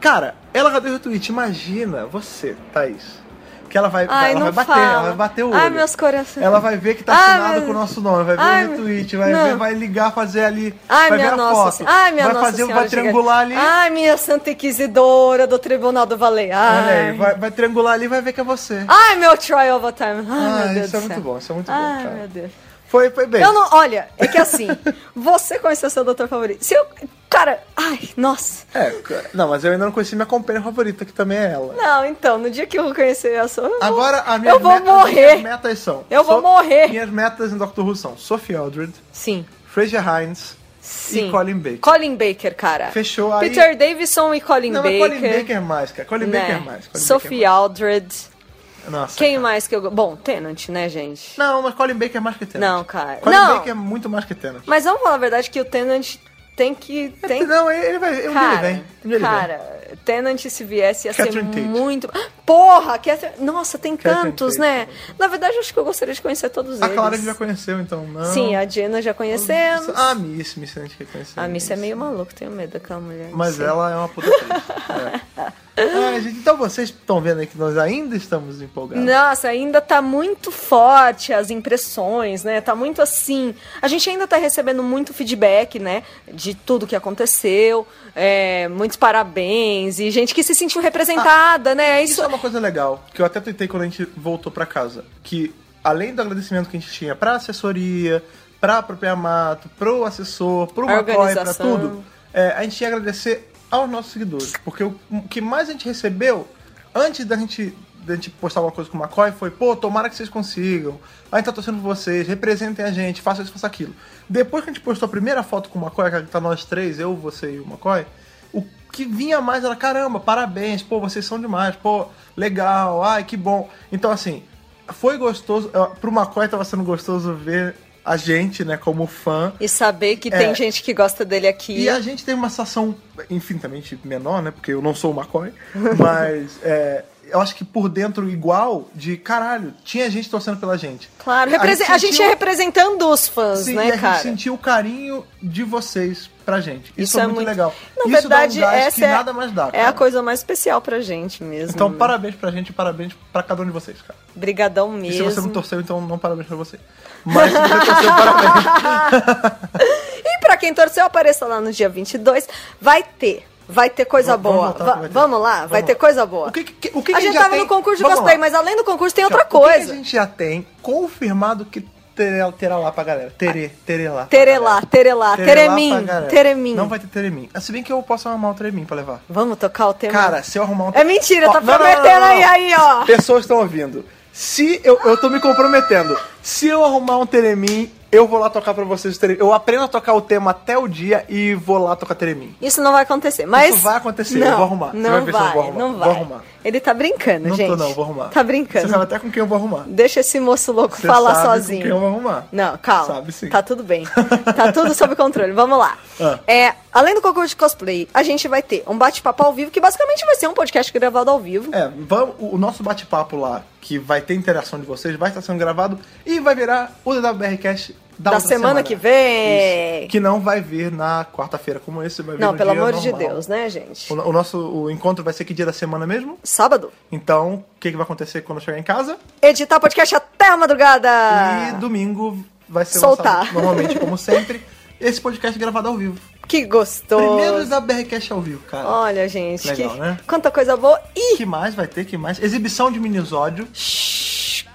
cara, ela já deu retweet. Imagina você, Thaís. Que ela vai, Ai, ela não vai bater, fala. ela vai bater o olho. Ai, meus corações. Ela vai ver que tá Ai, assinado meu- com o nosso nome, vai ver Ai, o meu- retweet, vai, Não. ver, vai ligar, fazer ali, Ai, vai minha ver a nossa foto, Senhora. Ai, minha vai nossa fazer, senhora vai triangular ali, de Galifrey. Ai, minha Santa Inquisidora do Tribunal do Balear. olha aí, vai, vai triangular ali, vai ver que é você. Ai, meu Trial of a Time. Ai, Ah, meu Deus isso é do muito céu. bom, isso é muito bom, Ai, cara. meu Deus. Foi, foi bem. Eu não, olha, é [laughs] que assim, você conheceu seu doutor favorito. Se eu, cara, ai, nossa. É, cara, não, mas eu ainda não conheci minha companheira favorita, que também é ela. Não, então, no dia que eu conhecer a sua, eu vou- Agora, a minha eu vou minhas morrer. metas são... Eu vou so- morrer. Minhas metas em Doctor Who são Sophie Aldred, Sim, Fraser Hines sim. e Colin Baker. Colin Baker, cara. Fechou aí. Peter Davison e Colin não, Baker. mas Colin Baker é mais, cara. Colin né? Baker é mais. Colin Sophie Aldred. Baker mais. Nossa, Quem cara. mais que eu... go- Bom, Tenant, né, gente? Não, mas Colin Baker é mais que Tenant. Não, cara. Colin Não. Baker é muito mais que Tenant. Mas vamos falar a verdade que o Tenant Tem É que. Tem... Não, ele vai. Um dia ele vem. Um dia ele vem. cara, Tenant se viesse ia Catherine Tate. ser muito. Ah, Porra, Catherine... Nossa, tem Catherine tantos, Tate, né? Na verdade, acho que eu gostaria de conhecer todos A eles. Clara que já conheceu, então. Não. Sim, a Gina já conhecemos. Ah, a Miss, Miss a gente quer conhecer. A Missy é meio maluca, tenho medo daquela mulher. não Mas sei. ela é uma puta atriz. [laughs] é. Ah, gente, então vocês estão vendo aí que nós ainda estamos empolgados. Nossa, ainda tá muito forte as impressões, né? Tá muito assim. A gente ainda tá recebendo muito feedback, né? De tudo que aconteceu. é, muitos parabéns. E gente que se sentiu representada, né? Isso Isso. é uma coisa legal, que eu até tentei quando a gente voltou pra casa. Que além do agradecimento que a gente tinha pra assessoria, pra própria Mato, pro assessor, pro A McCoy, pra organização. tudo, é, a gente ia agradecer aos nossos seguidores. Porque o que mais a gente recebeu antes da gente. Da gente postar alguma coisa com o McCoy foi, pô, tomara que vocês consigam. A gente tá torcendo por vocês, representem a gente, façam isso, façam aquilo. Depois que a gente postou a primeira foto com o McCoy, que tá nós três, eu, você e o McCoy, o que vinha mais era, caramba, parabéns, pô, vocês são demais, pô, legal, ai, que bom. Então, assim, foi gostoso, eh, pro McCoy tava sendo gostoso ver a gente, né, como fã. E saber que É. tem gente que gosta dele aqui. E a gente teve uma sensação infinitamente menor, né, porque eu não sou o McCoy, [laughs] mas eh, eu acho que por dentro igual de, caralho, tinha gente torcendo pela gente. Claro, A gente represen- a gente sentiu- é representando os fãs, Sim, e a né, gente cara? sentiu o carinho de vocês pra gente. Isso, Isso é, é muito, muito- legal. Na Isso verdade, dá um gás essa que é, nada mais dá. é cara. a coisa mais especial pra gente mesmo. Então, né? parabéns pra gente, parabéns pra cada um de vocês, cara. Brigadão E se mesmo. você não torceu, então não parabéns pra você. Mas se você torceu, parabéns. E pra quem torceu, apareça lá no dia 22. Vai ter. Vai ter coisa Vamos boa. voltar, Va- que vai ter. vamos lá, vai Vamos ter lá. coisa boa. O que, que- o que a que gente já tava tem? no concurso de Vamos cosplay, lá. mas além do concurso tem Então, outra O que que, coisa. a gente já tem confirmado que terá, terá lá pra galera? Terê, terê lá. pra Terelá, galera. terelá, Terê lá pra Ah, teremim, galera. teremim. Não vai ter teremim. Ah, Se bem que eu posso arrumar um teremim pra levar. Vamos tocar o tema. Cara, se eu arrumar um É mentira, Ó, tá não, não, não, prometendo não, aí, não. aí, ó. Pessoas estão ouvindo. Se eu, eu tô me comprometendo, se eu arrumar um teremim, eu vou lá tocar pra vocês o teremim. Eu aprendo a tocar o tema até o dia e vou lá tocar teremim. Isso não vai acontecer, mas... Isso vai acontecer, não, eu vou arrumar. Você vai Não ver vai, se eu vou arrumar. não Vou vai. arrumar. Ele tá brincando, Não gente. tô não, vou arrumar. Tá Você brincando. sabe até com quem eu vou arrumar. Deixa esse moço louco Você falar sabe com sozinho. quem eu vou arrumar. Não, calma. Sabe sim. Tá tudo bem. Tá tudo sob controle. Vamos lá. Ah. É, além do concurso de cosplay, a gente vai ter um bate-papo ao vivo, que basicamente vai ser um podcast gravado ao vivo. É, vamos, o o nosso bate-papo lá, que vai ter interação de vocês, vai estar sendo gravado e vai virar o DWRcast da, Da outra semana que vem. Isso. que não vai vir na quarta-feira como esse, vai vir Não, no pelo dia é amor de normal. Deus, né, gente? O, o nosso o encontro vai ser que dia da semana mesmo? Sábado. Então, o que, que vai acontecer quando eu chegar em casa? Editar podcast até a madrugada. E domingo vai ser Ah. Soltar. lançado normalmente, como [laughs] sempre, esse podcast gravado ao vivo. Que gostoso. Primeiro da BRCast ao vivo, cara. Olha, gente. Legal, que... né? Quanta coisa boa. E... Que mais vai ter? Que mais? Exibição de minisódio. Shhh. Te-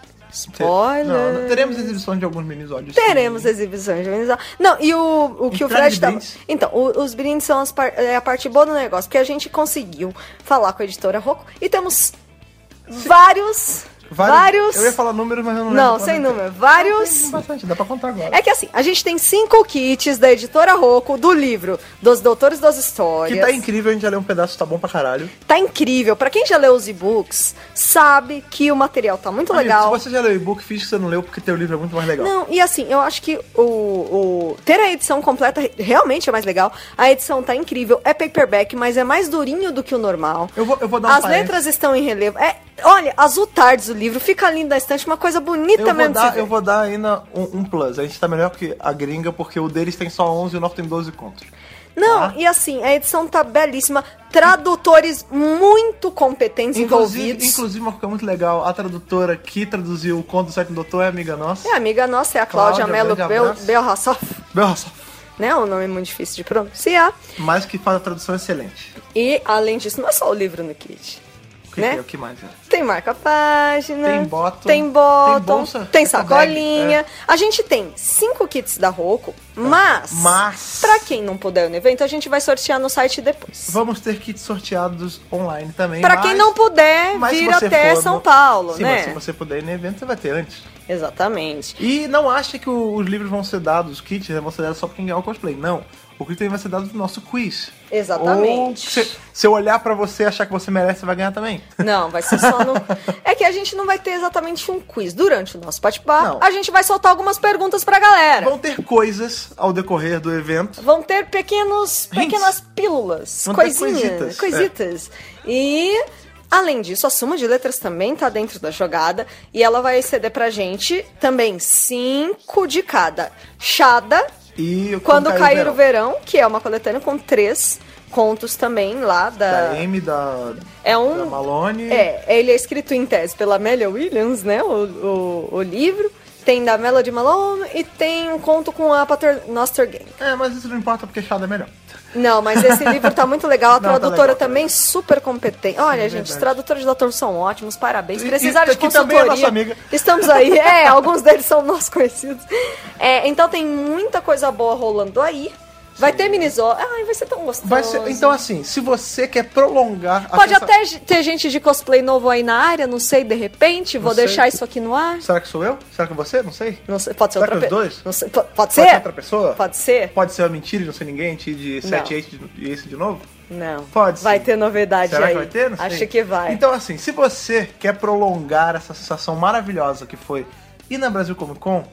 Spoiler. Não, não, teremos exibição de alguns minisódios. sim. Teremos exibições juvenis. Não, e o, o que o Entrada tá de Fred tava. brindes. Então, o- os brindes são as par- é a parte boa do negócio, porque a gente conseguiu falar com a editora Rocco e temos vários. Vários. Eu ia falar números, mas eu não Não, lembro sem quanto é. número. Vários. Tem bastante, dá pra contar agora. É que assim, a gente tem cinco kits da editora Rocco do livro Dos Doutores das Histórias. Que tá incrível, a gente já leu um pedaço, tá bom pra caralho. Tá incrível. Pra quem já leu os e-books, sabe que o material tá muito Amigo, legal. se você já leu o e-book, finge que você não leu, porque teu livro é muito mais legal. Não, e assim, eu acho que o, o- ter a edição completa re- realmente é mais legal. A edição tá incrível, é paperback, mas é mais durinho do que o normal. Eu vou, eu vou dar um As parênteses. letras estão em relevo. É, olha, azul tardes o livro, fica lindo na estante, uma coisa bonita Eu vou, tá mesmo. de se dar, ver. eu vou dar ainda um, um plus. A gente tá melhor que a gringa, porque o deles tem só 11 e o nosso tem 12 contos. Não, Tá. e assim, a edição tá belíssima, tradutores muito competentes Inclusive, envolvidos. inclusive, uma coisa muito legal, a tradutora que traduziu o conto do Sétimo Doutor é amiga nossa. É, amiga nossa, é a Cláudia, Cláudia, um Mello grande Bel, abraço. Belhassoff, Nossa, né? Um nome muito difícil de pronunciar. mas que faz a tradução excelente. E, além disso, não é só o livro no kit. O que, né? que é? O que mais é? Tem marca-página. Tem bottom. Tem bottom. Tem bolsa. tem Essa sacolinha. bag, é. A gente tem cinco kits da Roco, mas... Tá. Mas- Pra quem não puder ir no evento, a gente vai sortear no site depois. Vamos ter kits sorteados online também. Pra mas- quem não puder mas se vir você É, até for São no- Paulo, Sim, né? mas se você puder ir no evento, você vai ter antes. Exatamente. E não acha que o- os livros vão ser dados, os kits né, vão ser dados só pra quem ganhar o cosplay. Não. O que também vai ser dado do nosso quiz. Ou Exatamente. se, se eu olhar pra você e achar que você merece, você vai ganhar também. Não, vai ser [laughs] só no. É que a gente não vai ter exatamente um quiz. Durante o nosso bate-papo, Não. a gente vai soltar algumas perguntas pra galera. Vão ter coisas ao decorrer do evento. Vão ter pequenos, pequenas pílulas, Vão ter coisinhas, coisitas, é. coisitas. E, além disso, a soma de letras também tá dentro da jogada. E ela vai ceder pra gente também cinco de cada. Chada, E Quando Cair o verão. Verão, que é uma coletânea com três contos também lá da... Da M, da, é da um Malone. É, ele é escrito em tese pela Amélia Williams, né? O, o, o livro. Tem da Melody Malone e tem um conto com a Pater Noster Gang. É, mas isso não importa porque chada é melhor. Não, mas esse livro tá muito legal. A Não, tá tradutora legal, tá também super competente. Olha, gente, verdade. os tradutores do autor são ótimos, parabéns. E- Precisaram e de aqui também consultoria. é nossa amiga. Estamos [laughs] aí. É, alguns deles são nossos conhecidos. É, então tem muita coisa boa rolando aí. Vai ter minisó. Ai, vai ser tão gostoso. Vai ser, então, assim, se você quer prolongar a Pode sensa- até ge- ter gente de cosplay novo aí na área, não sei, de repente. Vou sei. deixar isso aqui no ar. Será que sou eu? Será que é você? Não sei. Não sei, pode ser Será outra que os pessoa. dois? Não sei, po- pode, Pode ser ser? outra pessoa? Pode ser? Pode ser uma mentira e não ser ninguém? Te de 7 e 8 e esse de novo? Não. Pode ser. Vai ter novidade Será aí. que vai ter? Não sei. Ah, Acho que vai. Então, assim, se você quer prolongar essa sensação maravilhosa que foi ir na Brasil Comic Con,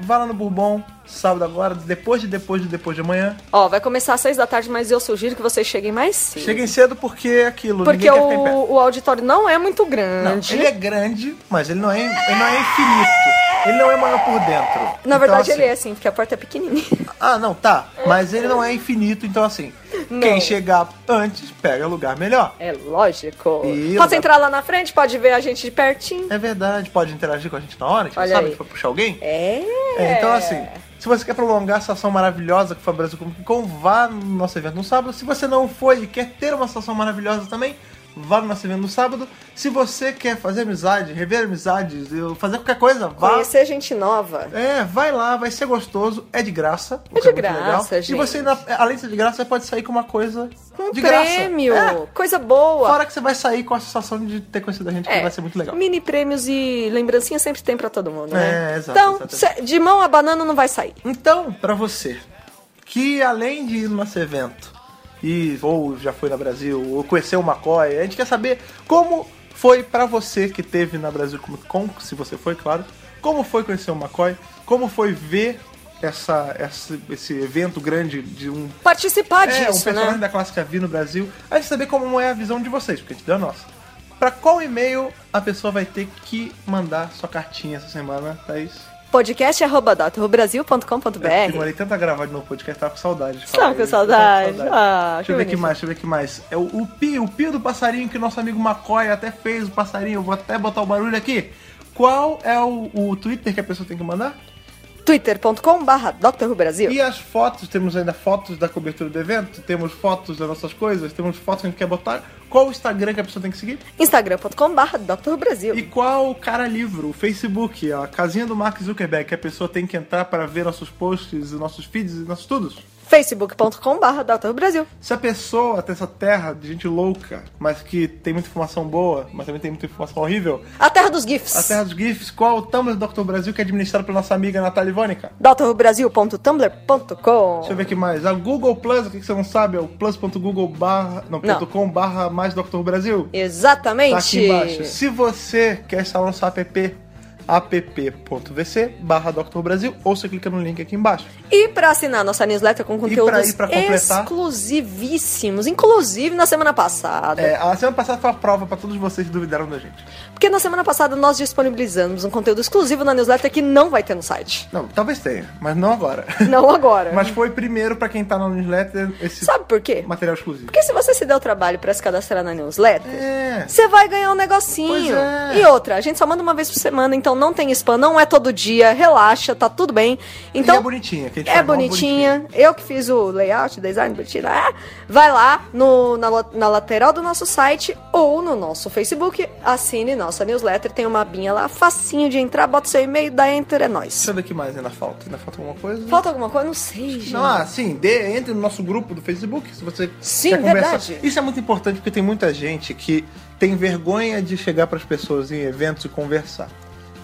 vá lá no Bourbon, sábado agora, depois de depois de depois de amanhã. Ó, vai começar às seis da tarde, mas eu sugiro que vocês cheguem mais cedo. Cheguem cedo porque é aquilo, Porque ninguém quer ficar em pé. o, o auditório não é muito Não, grande. ele é grande, mas ele não é, ele não é infinito. Ele não é maior por dentro. Na verdade, Então, ele é assim, porque a porta é pequenininha. Ah, não, tá. Mas ele não é infinito, então assim, Não. quem chegar antes pega lugar melhor. [laughs] É lógico. Isso. Pode entrar lá na frente, pode ver a gente de pertinho. É verdade, pode interagir com a gente na hora, a gente não Olha sabe aí. que foi puxar alguém. É. É, então assim, se você quer prolongar essa ação maravilhosa que foi a Brasil Comic Con, vá no nosso evento no sábado. Se você não foi e quer ter uma situação maravilhosa também, vá no nosso evento no sábado. Se você quer fazer amizade, rever amizades, eu- fazer qualquer coisa, vá. Conhecer gente nova. É, vai lá, vai ser gostoso, é de graça. o É que de muito graça, E gente. você, ainda, além de ser de graça, você pode sair com uma coisa Um de prêmio. graça. É, Coisa boa. fora que você vai sair com a sensação de ter conhecido a gente, É. que vai ser muito legal. Mini prêmios e lembrancinha sempre tem pra todo mundo, né? É, exato, Então, exato. cê- de mão a banana não vai sair. Então, pra você, que além de ir no nosso evento, e ou já foi na Brasil, ou conheceu o McCoy, a gente quer saber como foi pra você que teve na Brasil Comic Con, se você foi, claro, como foi conhecer o McCoy, como foi ver essa, essa- esse evento grande de um, Participar é, um disso, personagem né? da clássica V no Brasil, a gente saber como é a visão de vocês, porque a gente deu a nossa. Pra qual e-mail a pessoa vai ter que mandar sua cartinha essa semana, Thaís? Eu podcast.com.br demorei tanto a gravar de novo o podcast, tava com saudade. de falar Sabe com isso, saudade? tava com Ah, deixa eu que ver o que bonito. mais, deixa eu ver o que mais. É o, o pio, o pio do passarinho que nosso amigo Macoy até fez o passarinho. Eu vou até botar o barulho aqui. Qual é o, o Twitter que a pessoa tem que mandar? twitter.com.br Dr. Brasil. E as fotos, temos ainda fotos da cobertura do evento, temos fotos das nossas coisas, temos fotos que a gente quer botar. Qual o Instagram que a pessoa tem que seguir? Instagram.com.br Dr. Brasil. E qual o cara livro? O Facebook, a casinha do Mark Zuckerberg, que a pessoa tem que entrar para ver nossos posts, nossos feeds e nossos tudos? Facebook.com.br Dr. Brasil. Se a pessoa tem essa terra de gente louca, mas que tem muita informação boa, mas também tem muita informação horrível, A terra dos GIFs. a terra dos GIFs, qual é o Tumblr do Dr. Brasil que é administrado pela nossa amiga Natália Ivônica? Deixa eu drbrasil.tumblr.com ver aqui mais. A Google Plus, o que você não sabe, é o plus.google barra, não, Não. ponto .com barra mais Dr. Brasil. Exatamente. Tá aqui embaixo. Se você quer instalar nosso app, app.vc barra Dr. Brasil, ou você clica no link aqui embaixo. E pra assinar nossa newsletter com pra- conteúdos e pra completar? exclusivíssimos, inclusive na semana passada. É, a semana passada foi a prova para todos vocês que duvidaram da gente. Porque na semana passada nós disponibilizamos um conteúdo exclusivo na newsletter que não vai ter no site. Não, talvez tenha, mas não agora. [laughs] Não agora. Mas foi primeiro pra quem tá na newsletter esse Sabe por quê? material exclusivo. Porque se você se der o trabalho pra se cadastrar na newsletter, É. você vai ganhar um negocinho. Pois é. E outra, a gente só manda uma vez por semana, então não tem spam, não é todo dia, relaxa, tá tudo bem. Então e é bonitinha. Que a gente É faz, mó bonitinha. Eu que fiz o layout, design bonitinho. Ah, vai lá no, na, la- na lateral do nosso site ou no nosso Facebook. Assine nossa newsletter. Tem uma abinha lá, facinho de entrar. Bota seu e-mail, dá enter, é nóis. Deixa eu ver o que mais ainda falta. Ainda falta alguma coisa? Falta alguma coisa? Não sei, gente. Não, ah, sim, dê, entre no nosso grupo do Facebook, se você Sim, quer conversar. verdade. Isso é muito importante porque tem muita gente que tem vergonha de chegar pras pessoas em eventos e conversar.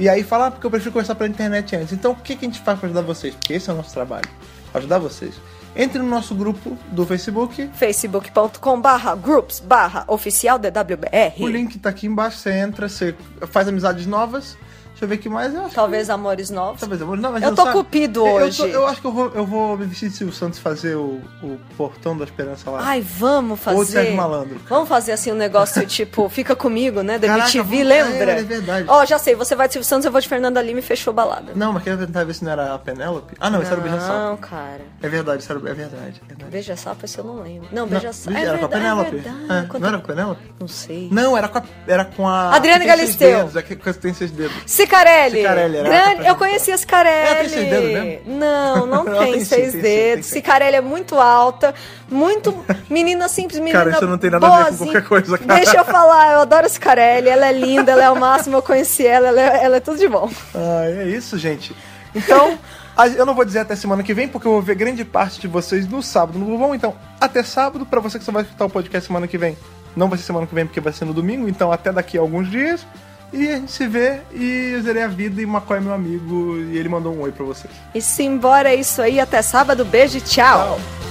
E aí falar, ah, porque eu prefiro conversar pela internet antes. Então, o que, que a gente faz pra ajudar vocês? Porque esse é o nosso trabalho. ajudar vocês. Entre no nosso grupo do Facebook. facebook.com barra groups barra oficial DWBR. O link tá aqui embaixo, você entra, você faz amizades novas. Deixa eu ver o que mais. Eu acho Talvez amores novos. que- Talvez amor. Não, mas Eu não tô sabe- cupido eu, hoje. tô- eu acho que eu vou, eu vou me vestir de Silvio Santos fazer o, o Portão da Esperança lá. Ai, vamos fazer. Ou Sérgio Malandro. Vamos fazer assim [laughs] um negócio tipo, fica comigo, né? Da Caraca, MTV, vamos- lembra? é, é verdade. Ó, já sei, você vai de Silvio Santos, eu vou de Fernanda Lima e fechou balada. Não, mas queria tentar ver se não era a Penélope. Ah, não, isso era o Beija Sapo. Não, cara. É verdade, isso era, é verdade. É verdade. Beija Sapo, esse eu não lembro. Não, Não, Beija Sapo. É era com a verdade, Penélope. É verdade. É, Quanto- Não era com a Penélope? Não sei. Não, era com a, era com a. Adriana que tem seis Galisteu. Dedos, a que que tem seis dedos. Cicarelli. Cicarelli, era Grande- essa Eu conhecia Cicarelli. Ela tem seis dedos mesmo? [laughs] Não, não Ela tem, tem seis sim, tem sim, tem dedos. sim. Cicarelli é muito alta, muito menina simples, menina Cara, isso não tem nada a ver com boazinha. qualquer coisa, cara. Deixa eu falar, eu adoro Cicarelli, ela é linda, ela é o máximo, eu conheci ela, ela é, ela é tudo de bom. Ah, é isso, gente. Então, a- eu não vou dizer até semana que vem, porque eu vou ver grande parte de vocês no sábado no Globão. Então, até sábado, pra você que só vai escutar o podcast semana que vem. Não vai ser semana que vem, porque vai ser no domingo. Então, até daqui a alguns dias. E a gente se vê. E eu zerei a vida. E Macó é meu amigo. E ele mandou um oi pra vocês. E simbora é isso aí, até sábado, beijo e tchau. Tchau.